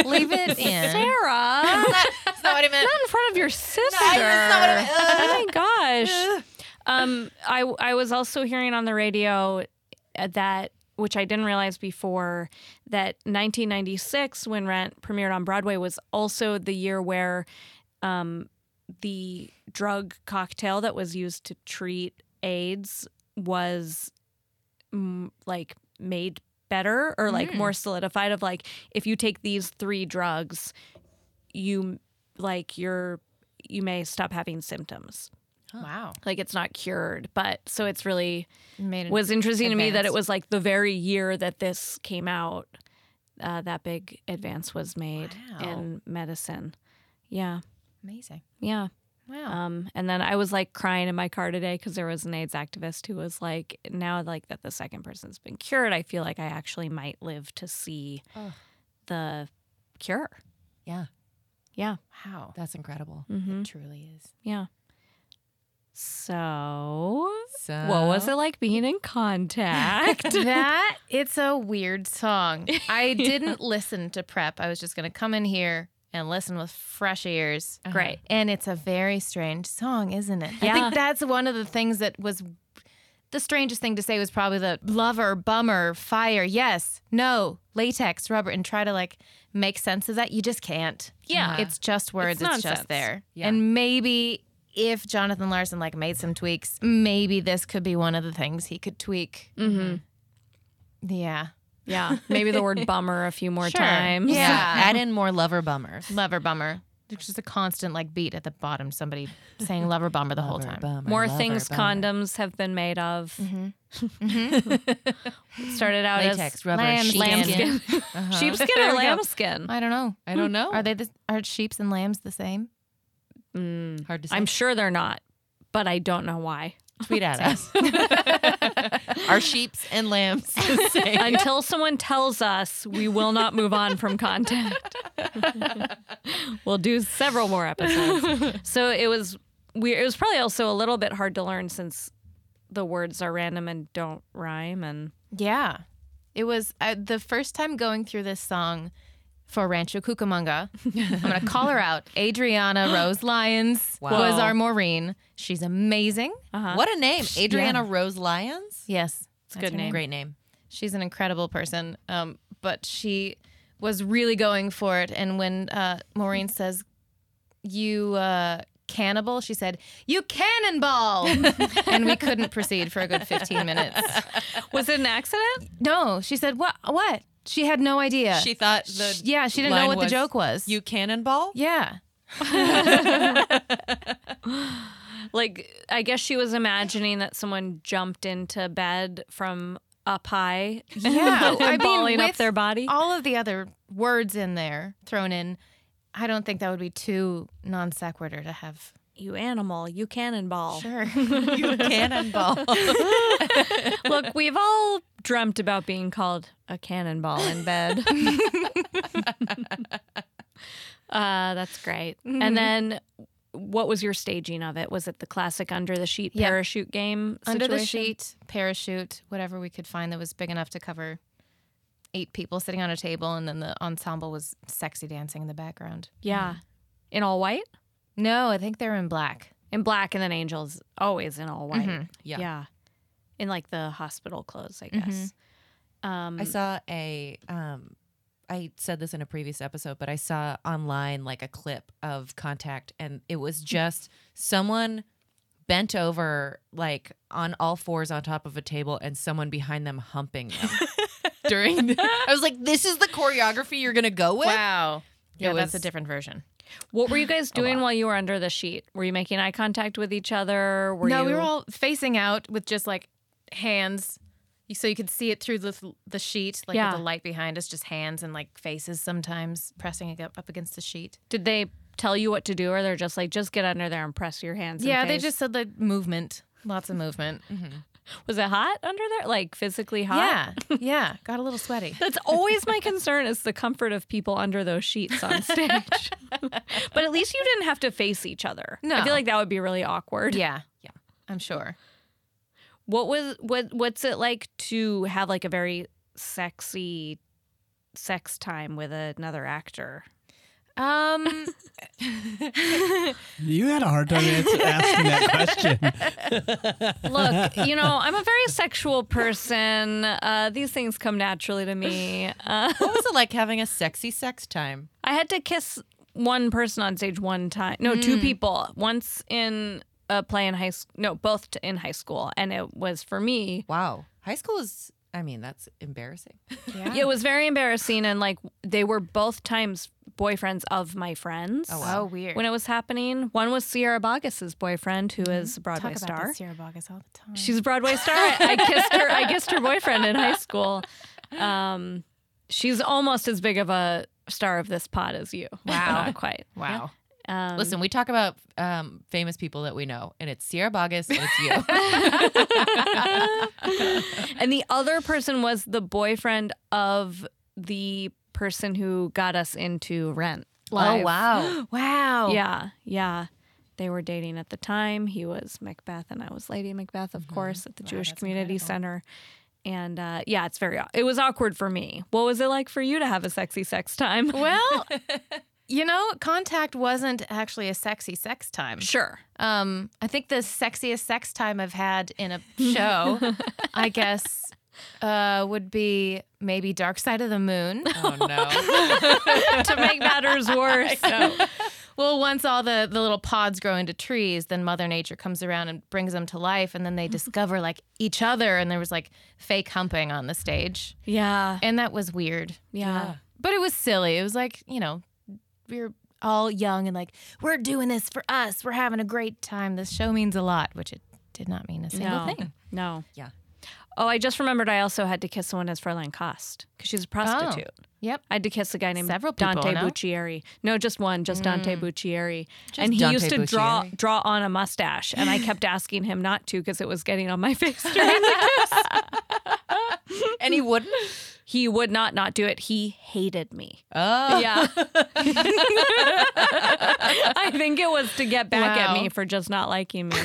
C: Leave it
B: Eh.
C: in.
A: Sarah,
B: That's not what I meant.
A: in front of your sister. oh my gosh. Um, I I was also hearing on the radio uh, that which I didn't realize before that 1996 when Rent premiered on Broadway was also the year where um, the drug cocktail that was used to treat AIDS was mm, like made better or like more solidified of like if you take these three drugs you like you're you may stop having symptoms
C: Wow.
A: like it's not cured but so it's really
C: Made it-
A: was interesting to me that it
C: advanced.
A: was like the very year that this came out uh, that big advance was made
C: Wow.
A: in medicine yeah
C: amazing.
A: yeah
C: Wow.
A: um, and then I was like crying in my car today because there was an AIDS activist who was like, now like that the second person's been cured, I feel like I actually might live to see
B: Ugh.
A: the cure.
B: Yeah,
A: Yeah,
C: wow.
B: that's incredible.
A: hmm
C: It truly is.
A: yeah. So,
B: So,
A: what was it like being in contact?
C: that it's a weird song. I didn't listen to prep. I was just going to come in here and listen with fresh ears.
A: Great.
C: And it's a very strange song, isn't it? I
A: Yeah.
C: think that's one of the things that was the strangest thing to say was probably the lover, bummer, fire, yes, no, latex, rubber, and try to like make sense of that. You just can't.
A: Yeah.
C: It's just words. It's,
A: nonsense.
C: just there.
B: Yeah.
C: And maybe if Jonathan Larson like made some tweaks, maybe this could be one of the things he could tweak.
B: Mm-hmm.
A: hmm
C: Yeah.
A: Yeah, maybe the word bummer a few more
C: Sure.
A: times.
C: Yeah.
B: Add in more lover bummers.
C: Lover bummer. There's just a constant like beat at the bottom, somebody saying lover bummer the whole time.
A: More things condoms have been made of. Mm-hmm. Started out
B: Latex,
A: as
B: rubber,
C: lamb-
B: sheepskin.
A: lambskin.
B: Uh-huh.
A: sheepskin
C: There
A: or
C: we go.
A: lambskin?
C: I don't know.
B: I don't know.
C: Are they the, are sheeps and lambs the same?
A: Mm,
B: Hard to say.
A: I'm sure they're not, but I don't know why.
B: Tweet at us. Our sheeps and lambs. the same?
A: Until someone tells us, we will not move on from contact. we'll do several more episodes. So it was weird. It was probably also a little bit hard to learn since the words are random and don't rhyme. And
C: Yeah. It was uh, the first time going through this song for Rancho Cucamonga. I'm going to call her out. Adriana Rose Lyons
B: Wow.
C: was our Maureen. She's amazing.
B: What a name. Adriana Rose Lyons.
C: Yes. It's
A: good name.
B: Great name.
C: She's an incredible person. Um, but she was really going for it. And when uh, Maureen says, you uh, cannibal, she said, you cannonball. and we couldn't proceed for a good 15 minutes.
A: was it an accident?
C: No, she said, what? What? She had no idea.
B: She thought the
C: Sh- yeah, she didn't know
B: line
C: what
B: was,
C: the joke was.
B: You cannonball?
C: yeah.
A: Like, I guess she was imagining that someone jumped into bed from up high,
C: Yeah, I mean,
A: balling up
C: with
A: their body.
C: All of the other words in there thrown in, I don't think that would be too non sequitur to have.
A: you animal, you cannonball.
C: Sure.
B: You cannonball.
A: Look, we've all dreamt about being called a cannonball in bed. uh, that's great.
C: Mm-hmm.
A: And then what was your staging of it? Was it the classic under the sheet
C: Yeah.
A: parachute game?
C: Under the
A: situation?
C: sheet, parachute, whatever we could find that was big enough to cover eight people sitting on a table, and then the ensemble was sexy dancing in the background.
A: Yeah. In all white?
C: No, I think they were in black.
A: In black, and then Angel's always in all white.
C: Mhm.
B: Yeah.
A: In like the hospital clothes, I guess.
C: Mm-hmm.
A: Um,
B: I saw a um I said this in a previous episode, but I saw online like a clip of contact and it was just someone bent over like on all fours on top of a table and someone behind them humping them. During the- I was like, this is the choreography you're gonna go with?
C: Wow. Yeah,
B: It
C: that's a
B: was-
C: different version.
A: what were you guys doing while you were under the sheet? Were you making eye contact with each other? Were
C: no,
A: you...
C: we were all facing out with just like hands. You- So you could see it through the the sheet, like
A: Yeah.
C: with the light behind us, just hands and like faces sometimes pressing ag- up against the sheet.
A: Did they tell you what to do, or they're just like, just get under there and press your hands? and
C: yeah, they
A: face?
C: just said like movement, lots of movement.
A: was it hot under there, like physically hot.
C: yeah, yeah, got a little sweaty.
A: That's always my concern is the comfort of people under those sheets on stage. but at least you didn't have to face each other. I
C: No.
A: feel like that would be really awkward.
C: Yeah, yeah, I'm sure.
A: What was what what's it like to have like a very sexy sex time with another actor?
C: Um,
D: You had a hard time answer, asking that question.
A: Look, you know, I'm a very sexual person. Uh, these things come naturally to me. Uh,
B: What was it like having a sexy sex time?
A: I had to kiss one person on stage one time. No, two people. Once in a play in high school. No, both t- in high school, and it was for me.
B: Wow. High school is, I mean, that's embarrassing.
C: yeah.
A: It was very embarrassing, and like they were both times boyfriends of my friends.
B: Oh, wow.
C: Oh, weird.
A: When it was happening, one was Sierra Boggess's boyfriend, who is a
C: Talk
A: Broadway
C: about
A: star.
C: this Sierra Boggess all the time.
A: She's a Broadway star. I, I kissed her. I kissed her boyfriend in high school. Um, she's almost as big of a star of this pod as you. but
B: Wow.
A: not quite.
C: wow.
A: Um,
B: Listen, we talk about um, famous people that we know, and it's Sierra Boggess and it's you.
A: and the other person was the boyfriend of the person who got us into Rent. Live.
B: Oh, wow.
C: Wow.
A: Yeah, yeah. They were dating at the time. He was Macbeth, and I was Lady Macbeth, of course, at the Jewish Community Center. And uh, yeah, it's very. It was awkward for me. What was it like for you to have a sexy sex time?
C: Well, you know, contact wasn't actually a sexy sex time.
A: sure.
C: Um, I think the sexiest sex time I've had in a show, I guess, uh, would be maybe Dark Side of the Moon.
B: Oh, no.
A: to make matters worse.
C: Well, once all the, the little pods grow into trees, then Mother Nature comes around and brings them to life, and then they discover like each other, and there was like fake humping on the stage,
A: Yeah,
C: and that was weird.
A: yeah.
C: But it was silly. It was like, you know, we were all young and like, we're doing this for us. We're having a great time. This show means a lot, which it did not mean a single
A: No,
C: thing.
A: no.
B: Yeah.
A: Oh, I just remembered. I also had to kiss someone as Fräulein Kost because she's a prostitute.
C: Oh. Yep.
A: I had to kiss a guy named
C: Several people,
A: Dante
C: no? Hmm.
A: Buccieri. No, just one, just Dante Buccieri. and he
B: Dante
A: used to draw
B: Buccieri.
A: draw on a mustache, and I kept asking him not to because it was getting on my face. during the-
B: and he wouldn't?
A: he would not not do it. He hated me.
B: Oh.
A: Yeah. I think it was to get back
C: Wow.
A: at me for just not liking me.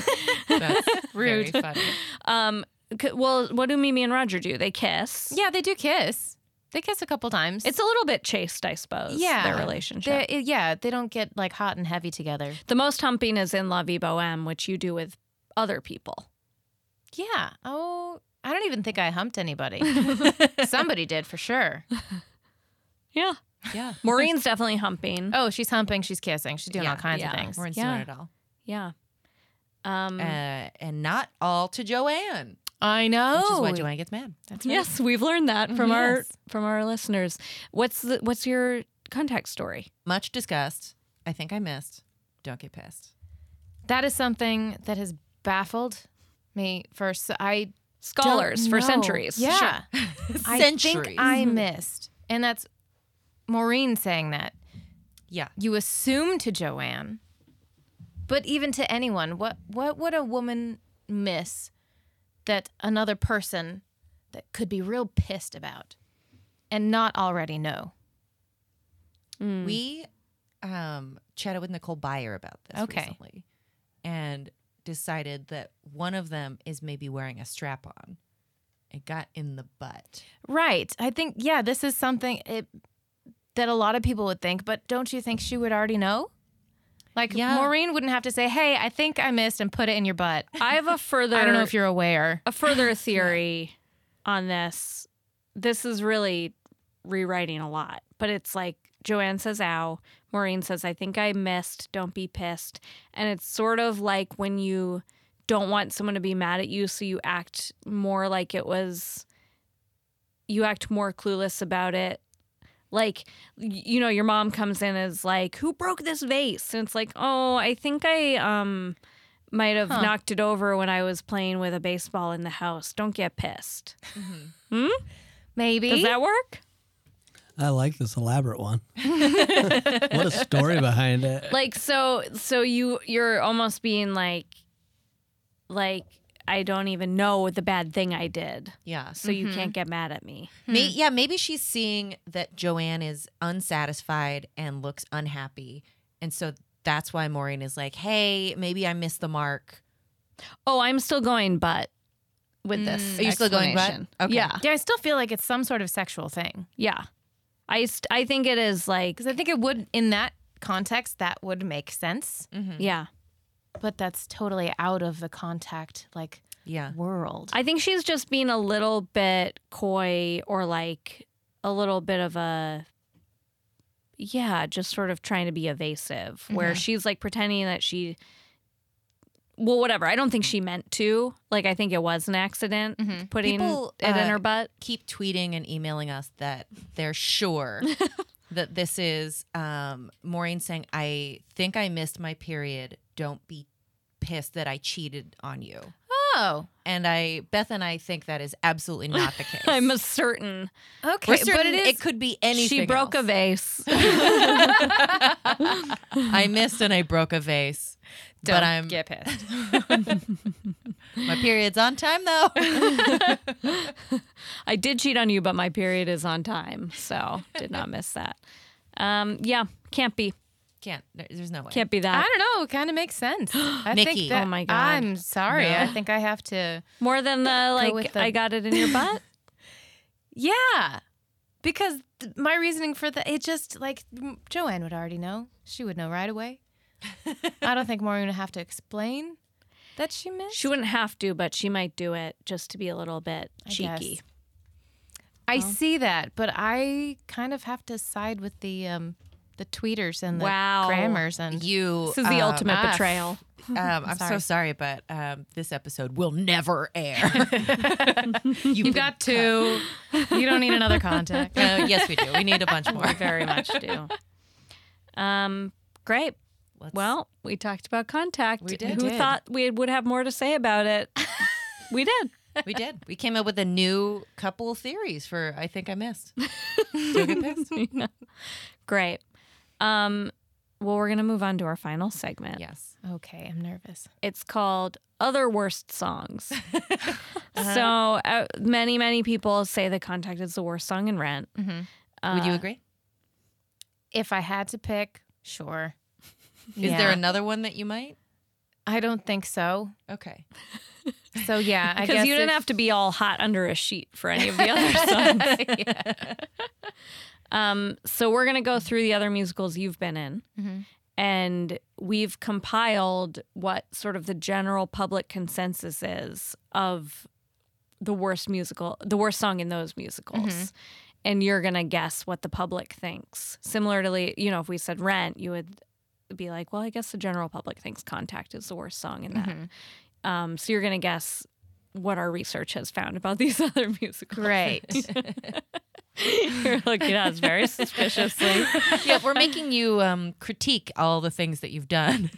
B: That's rude. Very funny.
A: Um, c- well, what do Mimi and Roger do? They kiss.
C: Yeah, they do kiss. They kiss a couple times.
A: It's a little bit chaste, I suppose.
C: yeah,
A: Their relationship.
C: They- yeah, they don't get like hot and heavy together.
A: the most humping is in La Vie Boheme, which you do with other people.
C: Yeah. Oh, I don't even think I humped anybody. Somebody did for sure.
A: Yeah.
B: Yeah.
A: Maureen's definitely humping.
C: Oh, she's humping. She's kissing. She's doing
B: Yeah,
C: all kinds
A: yeah.
C: of things.
B: We're in
A: Yeah.
B: at all.
A: Yeah. Um,
B: Uh, and not all to Joanne,
C: I know.
B: which is why Joanne gets mad.
C: That's right.
A: yes, we've learned that from our
C: Yes.
A: from our listeners. What's the, what's your contact story?
B: Much discussed. I think I missed. Don't get pissed.
C: That is something that has baffled me for s I don't
A: Scholars for
C: know.
A: centuries.
C: Yeah. I think
B: Centuries. Mm-hmm.
C: I missed. And that's Maureen saying that.
B: Yeah.
C: You assume to Joanne, but even to anyone, what what would a woman miss that another person that could be real pissed about and not already know?
B: We um, chatted with Nicole Byer about this
C: Okay.
B: recently and decided that one of them is maybe wearing a strap on. It got in the butt.
C: Right. I think yeah, this is something it, that a lot of people would think, but don't you think she would already know? Like
B: Yeah.
C: Maureen wouldn't have to say, "Hey, I think I missed and put it in your butt."
A: I have a further
C: I don't know if you're aware.
A: a further theory on this. This is really rewriting a lot, but it's like Joanne says, ow. Maureen says, I think I missed. Don't be pissed. And it's sort of like when you don't want someone to be mad at you, so you act more like it was, you act more clueless about it. Like, y- you know, your mom comes in and is like, Who broke this vase? And it's like, Oh, I think I, um, might have knocked it over when I was playing with a baseball in the house. Don't get pissed.
C: Maybe.
A: Does that work?
D: I like this elaborate one. what a story behind it.
A: Like so so you you're almost being like like I don't even know what the bad thing I did.
B: Yeah. So
A: So you can't get mad at me.
B: may, yeah, maybe she's seeing that Joanne is unsatisfied and looks unhappy, and so that's why Maureen is like, "Hey, maybe I missed the mark."
A: Oh, I'm still going but with this.
B: Are you still going, but
C: explanation.
B: okay.
A: Yeah.
C: Yeah, I still feel like it's some sort of sexual thing.
A: Yeah. I st- I think it is like
C: Because I think it would, in that context, that would make sense.
A: yeah.
C: But that's totally out of the contact, like,
B: yeah,
C: world.
A: I think she's just being a little bit coy or like a little bit of a yeah, just sort of trying to be evasive where
B: Mm-hmm.
A: she's like pretending that she well, whatever. I don't think she meant to. Like I think it was an accident putting
B: Mm-hmm. People,
A: it in
B: uh,
A: her butt.
B: keep tweeting and emailing us that they're sure that this is um, Maureen saying, "I think I missed my period. Don't be pissed that I cheated on you."
C: oh,
B: And I, Beth and I think that is absolutely not the case.
A: I'm a certain
C: okay.
B: We're
C: but
B: certain
C: it is.
B: it could be anything.
A: she broke a
B: else.
A: vase.
B: I missed and I broke a vase.
C: Don't
B: but I'm
C: get pissed.
B: my period's on time though.
A: I did cheat on you, but my period is on time, so did not miss that. Um, yeah, can't be,
B: Can't. there- There's no way.
A: can't be that.
C: I don't know. It kind of makes sense. I
B: Nikki.
C: think that,
A: Oh my God.
C: I'm sorry. I think I have to.
A: More than the like,
C: with the-
A: I got it in your butt.
C: Yeah. Because th- my reasoning for that, it just like m- Joanne would already know. She would know right away. I don't think Maureen would have to explain that she missed.
A: She wouldn't have to, but she might do it just to be a little bit cheeky.
C: guess. I see that, but I kind of have to side with the um, the tweeters and the
A: Wow.
C: grammars and
B: You.
A: This is the
B: um,
A: ultimate
C: ah.
A: betrayal.
B: um, I'm so sorry, but um, this episode will never air.
C: you got two. you don't need another contact.
B: Uh, yes, we do. We need a bunch more.
A: I very much do. Um, great.
B: Let's-
A: Well, we talked about contact.
B: We did.
A: Who
C: We did.
A: thought we would have more to say about it? we did.
B: we did. We came up with a new couple theories for I think I missed. Don't get pissed.
A: Great. Um, well, we're gonna move on to our final segment.
B: Yes.
C: Okay, I'm nervous.
A: It's called Other Worst Songs. So uh, many, many people say that Contact is the worst song in Rent.
B: Would you agree?
C: If I had to pick, sure.
B: Is there another one that you might?
C: I don't think so.
B: Okay.
C: So yeah, I
A: Because
C: guess
A: you didn't have to be all hot under a sheet for any of the other songs. um, so we're gonna go through the other musicals you've been in, and we've compiled what sort of the general public consensus is of the worst musical, the worst song in those musicals. And you're gonna guess what the public thinks. Similarly, you know, if we said Rent, you would be like, well, I guess the general public thinks Contact is the worst song in that. Um, so you're gonna guess what our research has found about these other musicals.
C: Great.
A: You're looking at us very suspiciously.
B: yeah, we're making you um, critique all the things that you've done.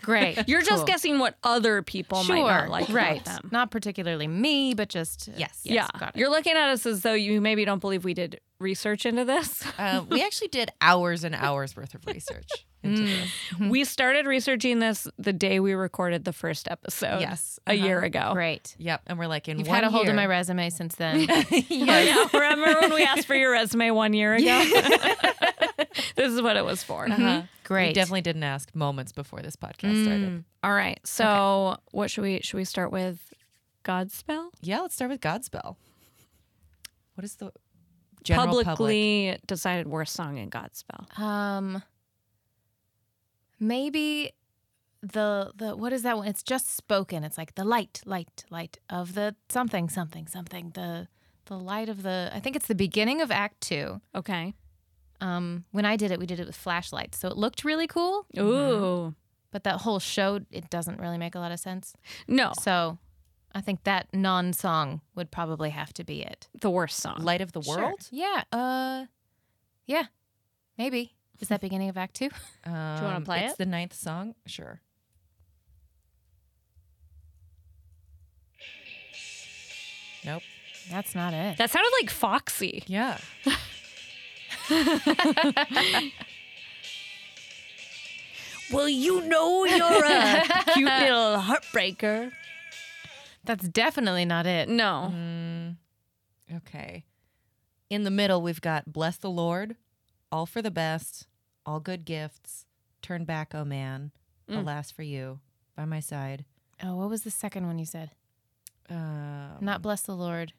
C: Great.
A: You're just
C: Cool.
A: guessing what other people might not like about
C: right.
A: them.
C: Not particularly me, but just
B: Yes.
A: yeah,
C: Got it.
A: you're looking at us as though you maybe don't believe we did research into this.
B: Uh, we actually did hours and hours worth of research
C: Hmm.
B: into this.
A: we started researching this the day we recorded the first episode.
B: Yes.
A: a year ago.
C: Great.
B: Yep. And we're like, in
C: You've
B: one
C: had a hold
B: year,
C: of my resume since then.
A: Yeah, yeah. Remember when we asked for your resume one year ago? this is what it was for. Mm-hmm.
B: We
C: Great.
B: definitely didn't ask moments before this podcast
C: Hmm.
B: started.
A: All right. So, what should we should we start with? Godspell?
B: Yeah, let's start with Godspell. What is the general public?
A: Publicly decided worst song in Godspell.
C: Um, maybe the the what is that one? It's just spoken. It's like the light, light, light of the something, something, something. The the light of the. I think it's the beginning of Act Two.
A: Okay.
C: Um, when I did it, we did it with flashlights, so it looked really cool.
A: Ooh.
C: But that whole show, it doesn't really make a lot of sense.
A: No,
C: So, I think that non song would probably have to be it.
A: the worst song.
B: Light of the
C: Sure.
B: world.
C: Yeah. Uh, yeah. Maybe. Is that beginning of Act Two?
B: Um,
A: wanna play
B: it's
A: it?
B: the ninth song. Sure. Nope.
C: That's not it.
A: That sounded like Foxy.
B: Yeah.
A: Well, you know you're a cute little heartbreaker.
C: That's definitely not it.
A: No.
B: Mm, Okay. In the middle, we've got Bless the Lord, All for the Best, All Good Gifts, Turn Back, O Man, Alas for You, By My Side.
C: Oh, what was the second one you said?
B: Um,
C: Not bless the Lord.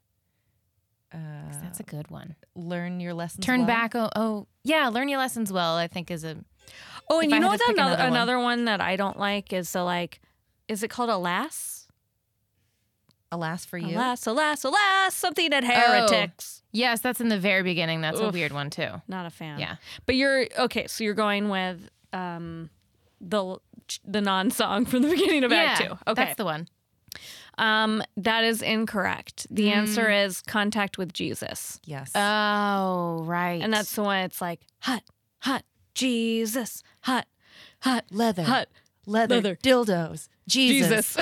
B: uh,
C: 'cause that's a good one.
B: learn your lessons.
C: Turn
B: well.
C: back. Oh, oh, yeah. Learn your lessons well. I think is a
A: Oh, and
C: If I
A: you know
C: had
A: what's
C: to pick
A: another,
C: another one.
A: another one that I don't like is the like, is it called Alas?
B: Alas for you.
A: Alas, alas, alas, something at heretics.
C: yes. That's in the very beginning. That's a
A: Oof.
C: weird one too.
A: Not a fan.
C: Yeah.
A: But you're okay, so you're going with um the the non song from the beginning of Act
C: yeah,
A: Two. Okay.
C: that's the one. Hmm.
A: um that is incorrect. The answer is contact with Jesus.
B: Yes.
C: Oh, right.
A: And that's the one it's like hot, hot, Jesus, hot, hot,
B: leather.
A: hot,
B: leather.
A: leather.
B: Dildos. Jesus.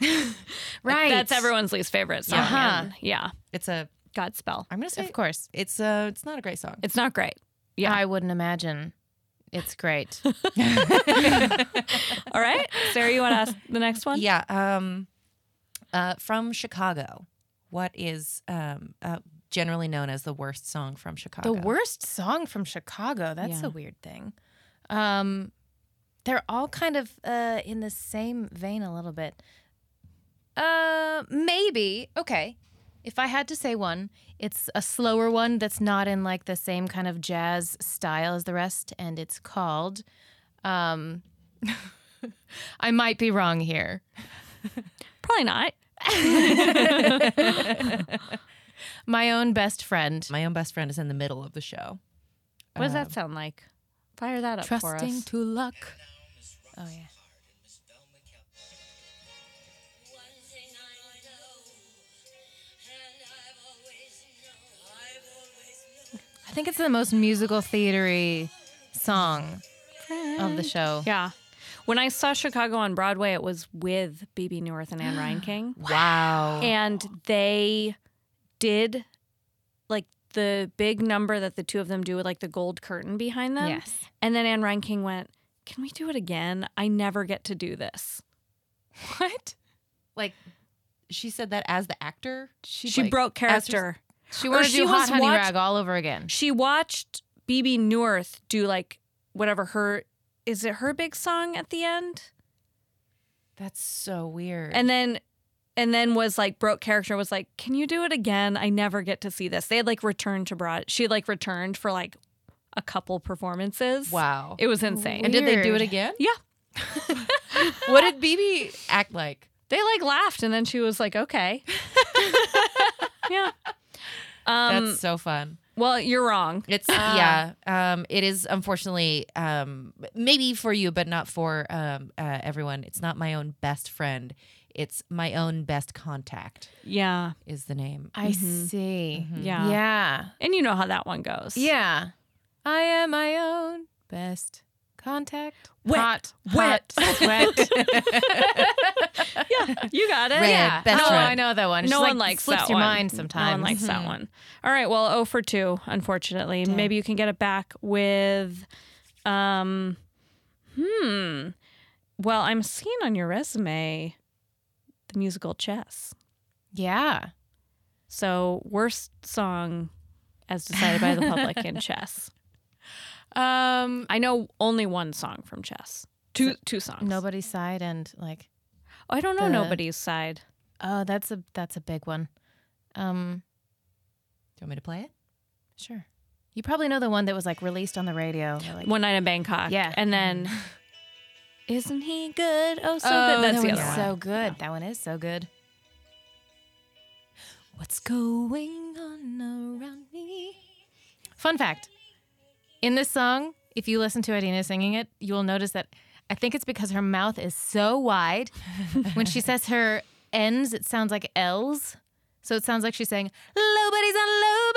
A: Jesus.
C: right.
A: That's everyone's least favorite song.
C: Uh-huh.
A: and- yeah.
B: It's a.
A: Godspell.
B: I'm gonna say.
C: Of course.
B: It's a. It's not a great song.
A: It's not great. Yeah.
C: I wouldn't imagine. It's great.
A: All right. Sarah, you want to ask the next one?
B: Yeah. Um, uh, from Chicago, what is um uh, generally known as the worst song from Chicago?
C: The worst song from Chicago. That's
A: Yeah.
C: a weird thing. Um, they're all kind of uh, in the same vein a little bit. Uh, maybe okay. If I had to say one, it's a slower one that's not in like the same kind of jazz style as the rest, and it's called. Um, I might be wrong here.
A: Probably not.
C: My own best friend.
B: My own best friend is in the middle of the show.
A: What does that sound like? Fire that up for us.
C: Uh, Trusting to luck. Oh yeah. I think it's the most musical theatery song of the show.
A: yeah. When I saw Chicago on Broadway, it was with BB Newirth and Anne Ryan King.
B: Wow.
A: And they did like the big number that the two of them do with like the gold curtain behind them.
C: Yes.
A: And then Anne Ryan King went, Can we do it again? I never get to do this.
C: What?
B: like, she said that as the actor,
A: She,
B: like,
A: broke
B: as her-
A: character.
C: She
A: Or
C: wanted to
A: she
C: do Hot
A: was
C: Honey
A: watch-
C: Rag all over again.
A: she watched BB Newirth do like whatever her is it her big song at the end?
B: That's so weird.
A: And then and then was like broke character was like, "Can you do it again? I never get to see this." They had like returned to broad. She had, like returned for like a couple performances.
B: wow.
A: It was insane.
B: and did they do it
C: Weird.
B: again?
A: Yeah.
B: What did BB act like?
A: They like laughed and then she was like, "Okay." yeah. Um uh,
B: That's so fun.
A: well, you're wrong.
B: It's yeah. Um, it is unfortunately um, maybe for you, but not for um, uh, everyone. It's not my own best friend. It's my own best contact
A: Yeah.
B: is the name.
C: I see.
A: Mm-hmm.
B: Mm-hmm.
A: Yeah.
C: Mm-hmm. Yeah.
A: And you know how that one goes.
C: Yeah. I am my own best contact.
A: Wet,
C: hot,
A: wet.
C: hot, sweat.
A: Yeah. You got it.
B: Red
C: yeah.
B: best
C: oh,
B: friend.
C: I know that one. She's
A: no
C: like,
A: one likes
C: slips
A: that
C: your
A: one.
C: mind sometimes. Mm-hmm.
A: No one likes that one. All right, well, 0 for 2, unfortunately. Maybe you can get it back with um hmm. Well, I'm seeing on your resume the musical Chess.
C: Yeah.
A: So, worst song as decided by the public in Chess.
C: Um.
A: I know only one song from Chess. Two two songs.
C: Nobody's side and like
A: Oh, I don't know
C: the-
A: nobody's side.
C: oh that's a that's a big one. Um.
B: Do you want me to play it?
C: Sure. You probably know the one that was like released on the radio. or, Like,
A: One Night in Bangkok.
C: Yeah. Mm-hmm.
A: And then Isn't he good? Oh, so
C: oh,
A: good. That's
C: that
A: the
C: one's
A: other one.
C: so good. That one is so good.
B: What's going on around me?
C: Fun fact in this song, if you listen to Adina singing it, you will notice that I think it's because her mouth is so wide. when she says her N's, it sounds like L's. So it sounds like she's saying, Nobody's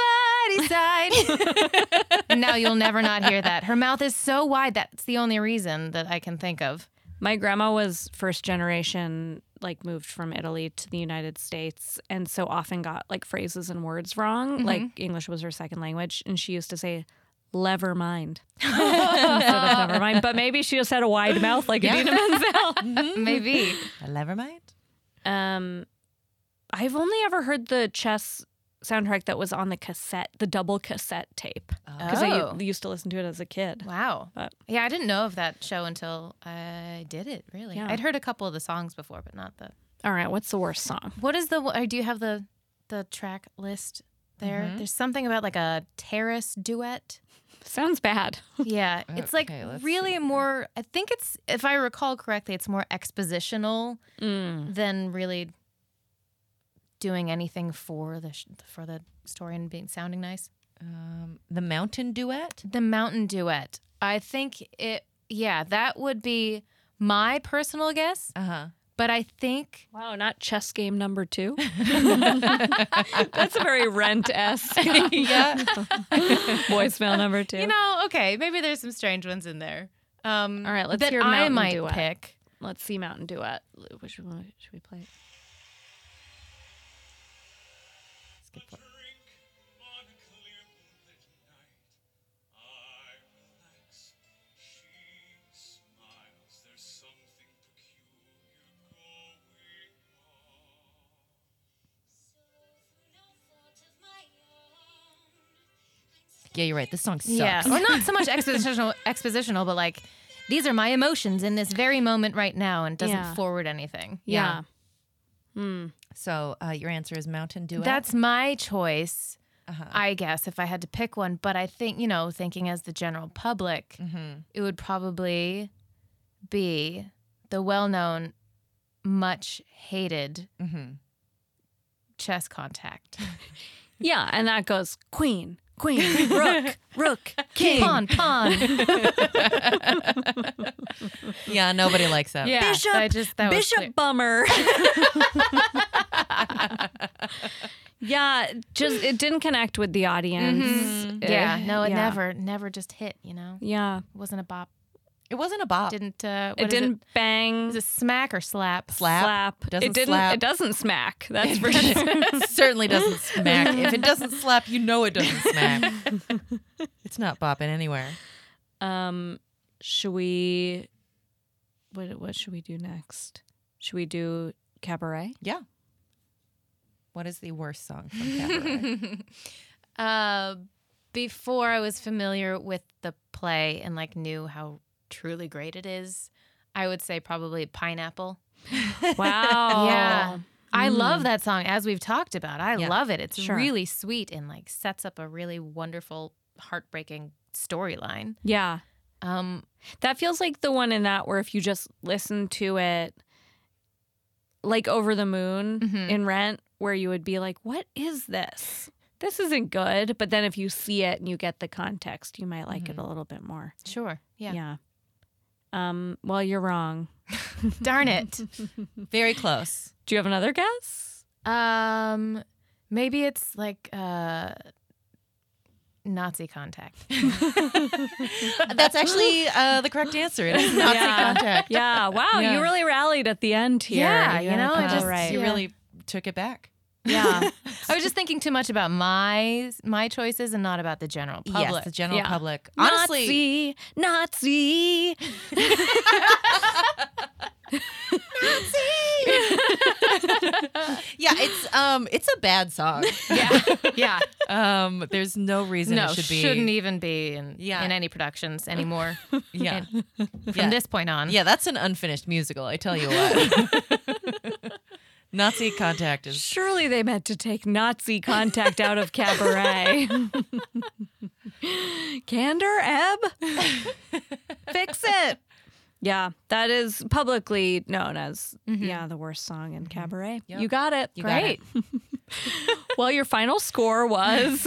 C: on nobody's side. and now you'll never not hear that. Her mouth is so wide. That's the only reason that I can think of.
A: My grandma was first generation, like moved from Italy to the United States and so often got like phrases and words wrong.
C: Mm-hmm.
A: Like English was her second language and she used to say lever mind. instead of never mind. But maybe she just had a wide mouth like Adina Menzel.
C: Maybe.
B: Never mind.
A: Um I've only ever heard the chess soundtrack that was on the cassette, the double cassette tape. Because
C: Oh.
A: I u- used to listen to it as a kid.
C: Wow.
A: But-
C: yeah, I didn't know of that show until I did it, really.
A: Yeah.
C: I'd heard a couple of the songs before, but not the.
A: All right, what's the worst song?
C: What is the. or Do you have the the track list there? There's something about like a terrace duet.
A: Sounds bad.
C: Yeah, it's like
B: Okay, let's
C: really more. I think it's, if I recall correctly, it's more expositional than really doing anything for the sh- for the story and being sounding nice.
B: Um, the mountain duet.
C: The mountain duet. I think it. Yeah, that would be my personal guess.
B: Uh huh.
C: But I think
A: Wow, not chess game number two. That's a very rent esque
B: Yeah.
A: voicemail number two.
C: you know. Okay, maybe there's some strange ones in there. Um,
A: All right, let's
C: that
A: hear
C: I
A: Mountain
C: might
A: Duet.
C: pick.
A: Let's see Mountain Duet. Which one should we play?
B: Yeah, you're right. This song sucks.
C: Yeah, or not so much expositional, expositional, but like these are my emotions in this very moment right now, and doesn't
A: Yeah.
C: forward anything.
A: Yeah.
B: So uh, your answer is mountain duet.
C: That's my choice,
A: Uh-huh.
C: I guess, if I had to pick one. But I think, you know, thinking as the general public,
A: Mm-hmm.
C: it would probably be the well known, much hated
B: Mm-hmm.
C: chess contact.
A: Yeah, and that goes Queen, Queen, Rook, Rook, King.
C: Pawn, pawn.
B: yeah. Nobody likes that.
C: Yeah.
A: Bishop,
C: I just, that was clear.
A: Bishop Bummer. yeah, just it didn't connect with the audience. Uh,
C: Mm-hmm. Yeah. No, it
A: yeah.
C: never, never just hit, you know?
A: Yeah.
C: It wasn't a bop.
B: It wasn't a bop.
C: Didn't, uh,
A: It
C: what is
A: didn't bang.
C: It? Is it smack or slap?
B: Slap. Doesn't
A: it didn't.
B: slap.
A: It doesn't smack. That's for sure.
B: certainly doesn't smack. if it doesn't slap, you know it doesn't smack. it's not bopping anywhere.
A: Um, should we? What what should we do next? Should we do cabaret?
B: Yeah. What is the worst song from Cabaret?
C: Uh, before I was familiar with the play and like knew how truly great it is, I would say probably Pineapple.
A: Wow.
C: Yeah. I love that song as we've talked about. I
B: Yeah,
C: love it. It's
A: sure.
C: really sweet and like sets up a really wonderful heartbreaking storyline.
A: Yeah.
C: Um
A: That feels like the one in that where if you just listen to it, like over the moon
C: Mhm.
A: in Rent, where you would be like, "What is this? This isn't good." But then if you see it and you get the context, you might like it a little bit more.
C: sure. Yeah.
A: Mm-hmm. Yeah. Um. Well, you're wrong.
C: Darn it.
B: Very close.
A: Do you have another guess?
C: um maybe it's like uh Nazi contact.
B: That's actually uh, the correct answer. It is Nazi
A: Yeah.
B: contact.
A: Yeah. Wow.
B: Yeah.
A: You really rallied at the end here.
C: Yeah, you know,
A: I
C: I just-
A: right.
B: Uh, You
C: Yeah.
B: really took it back.
A: Yeah.
C: I was just thinking too much about my my choices and not about the general public.
B: Yes, the general
A: Yeah.
B: public. Honestly,
A: Nazi, Nazi.
B: yeah, it's um, it's a bad song.
C: yeah, yeah.
B: um, there's no reason
C: No,
B: it should be.
C: shouldn't even be in
B: Yeah.
C: in any productions anymore. From
B: Yeah, yeah.
C: this point on,
B: yeah, that's an unfinished musical. I tell you what. Nazi contact is
A: Surely they meant to take Nazi contact out of cabaret. Candor, Ebb, fix it. Yeah, that is publicly known as yeah the worst song in cabaret. You got it.
B: got
A: Great. well, your final score was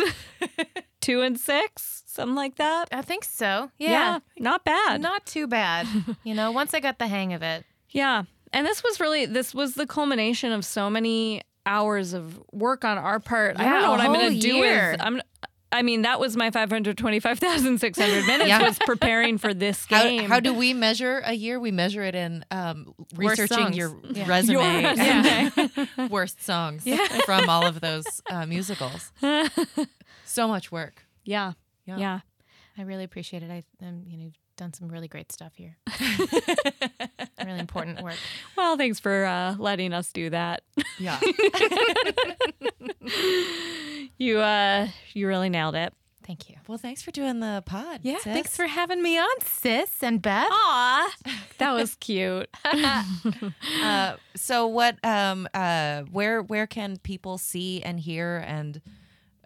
A: two and six, something like that.
C: I think so.
A: Yeah,
C: Yeah.
A: not bad.
C: Not too bad. You know, once I got the hang of it.
A: Yeah. And this was really this was the culmination of so many hours of work on our part. I
C: Yeah,
A: don't know
C: a
A: what I'm
C: whole
A: going to do
C: year.
A: with I'm I mean, that was my 525,600 minutes
B: Yeah.
A: was preparing for this
B: How,
A: game.
B: how do we measure a year? We measure it in um,
C: Worst
B: researching
C: songs.
B: your
C: Yeah.
B: resume,
A: Your resume.
B: worst songs from all of those uh, musicals. So much work.
A: yeah. Yeah.
C: I really appreciate it. I, um, you know, you've done some really great stuff here. really important work.
A: Well, thanks for uh, letting us do that.
B: Yeah.
A: You uh, you really nailed it.
C: Thank you.
B: Well, thanks for doing the pod.
C: Yeah.
B: sis.
C: Thanks for having me on, sis and Beth.
A: Aw, that was cute.
B: Uh, so, what? Um, uh, where? Where can people see and hear and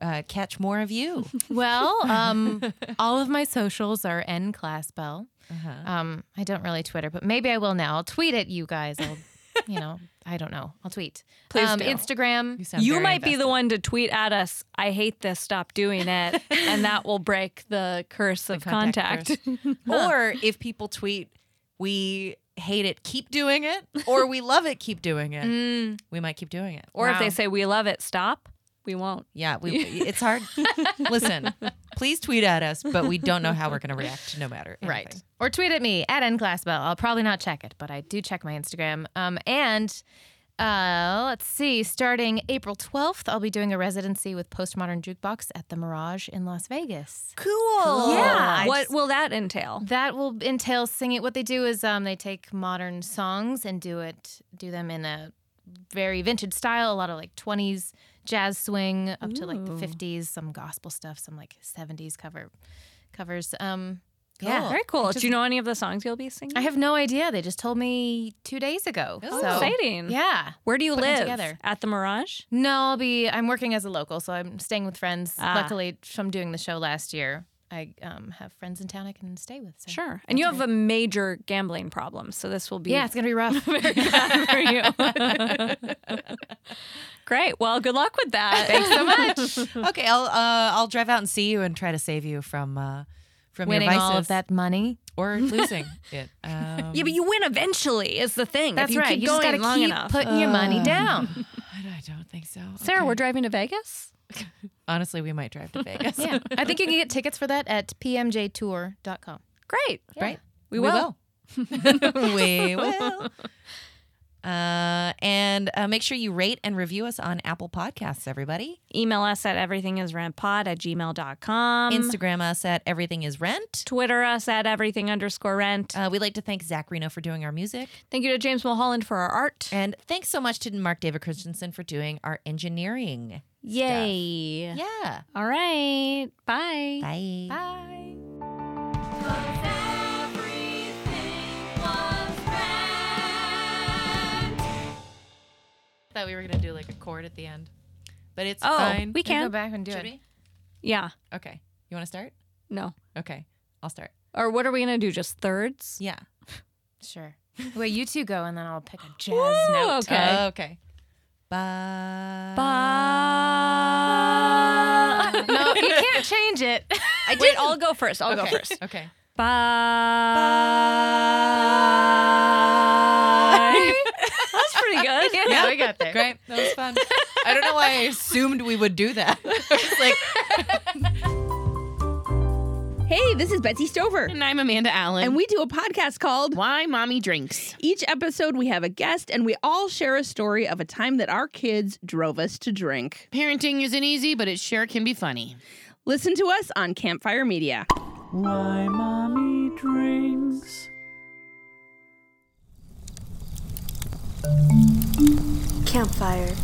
B: uh, catch more of you?
C: Well, um, all of my socials are N Class Bell. Um, I don't really Twitter, but maybe I will now. I'll tweet at you guys. I'll, you know, I don't know. I'll tweet.
A: Please
C: um,
A: do.
C: Instagram.
B: sound
A: you
B: very
A: might be
B: invested.
A: the one to tweet at us. I hate this. Stop doing it, and that will break the curse of contact.
B: or if people tweet, we hate it, keep doing it, or we love it, keep doing it. We might keep doing it.
A: or if they
C: Mm. Wow.
A: say we love it, stop. We won't.
B: Yeah, we, it's hard. Listen, please tweet at us, but we don't know how we're going to react no matter.
C: Right.
B: anything.
C: Or tweet at me at nclassbell. I'll probably not check it, but I do check my Instagram. Um, and uh, let's see, starting April 12th, I'll be doing a residency with Postmodern Jukebox at the Mirage in Las Vegas.
B: Cool.
A: Yeah.
C: I
A: What
C: just-
A: will that entail?
C: That will entail singing. What they do is um, they take modern songs and do it, do them in a very vintage style, a lot of like 20s jazz swing up to like the 50s, some gospel stuff, some like 70s cover covers. Um, Yeah,
A: Very cool. Do you know any of the songs you'll be singing?
C: I have no idea. They just told me two days ago.
A: Oh,
C: so
A: exciting.
C: yeah.
A: Where do you
C: Putting it
A: live?
C: together.
A: At the Mirage?
C: No, I'll be. I'm working as a local, so I'm staying with friends.
A: Ah.
C: Luckily, from doing the show last year, I um, have friends in town I can stay with. So.
A: Sure. And you have a major gambling problem, so this will be
C: Yeah, it's gonna be rough.
A: bad for you. Great. Well, good luck with that. Thanks so much.
B: Okay, I'll uh, I'll drive out and see you and try to save you from uh, from
C: Winning
B: your vices
C: all of that money.
B: or losing it. Um,
A: Yeah, but you win eventually is the thing.
C: That's
A: if you
C: right.
A: Keep
C: you
A: going
C: just gotta
A: long
C: keep
A: enough. Oh.
C: putting your money down.
B: I don't think so.
A: Sarah,
B: Okay.
A: we're driving to Vegas.
B: honestly we might drive to Vegas.
C: yeah, I think you can get tickets for that at pmjtour.com.
A: Great.
B: Right?
A: We will.
B: will. we will. Uh, and uh, make sure you rate and review us on Apple Podcasts, everybody.
A: Email us at everythingisrentpod at gmail.com.
B: Instagram us at Everything Is Rent.
A: Twitter us at everything underscore rent.
B: Uh, we'd like to thank Zach Reno for doing our music.
A: Thank you to James Mulholland for our art.
B: And thanks so much to Mark David Christensen for doing our engineering.
A: Yay.
B: Yeah.
A: All right. Bye.
B: Bye.
C: Bye.
B: thought we were going to do like a chord at the end, but it's
A: Oh,
B: fine.
A: we
C: Go
A: can.
C: back and do
B: Should
C: it.
B: we?
A: Yeah.
B: Okay. You want to start?
A: No.
B: Okay. I'll start.
A: Or what are we going to do? Just thirds?
B: Yeah.
C: Sure. Well, you two go, and then I'll pick a jazz
A: Ooh,
C: note.
A: okay.
B: Oh, okay. Bye.
A: Bye.
C: No, you can't change it.
A: I Wait, I'll go first. I'll
B: Okay.
A: go first.
B: Okay.
A: Bye. That's pretty good.
C: yeah, we got there.
B: Great. That was fun. I don't know why I assumed we would do that. It's like
G: Hey, this is Betsy Stover.
H: And I'm Amanda Allen.
G: And we do a podcast called
H: Why Mommy Drinks.
G: Each episode we have a guest and we all share a story of a time that our kids drove us to drink.
H: Parenting isn't easy, but it sure can be funny.
G: Listen to us on Campfire Media.
I: Why mommy drinks.
J: Campfire.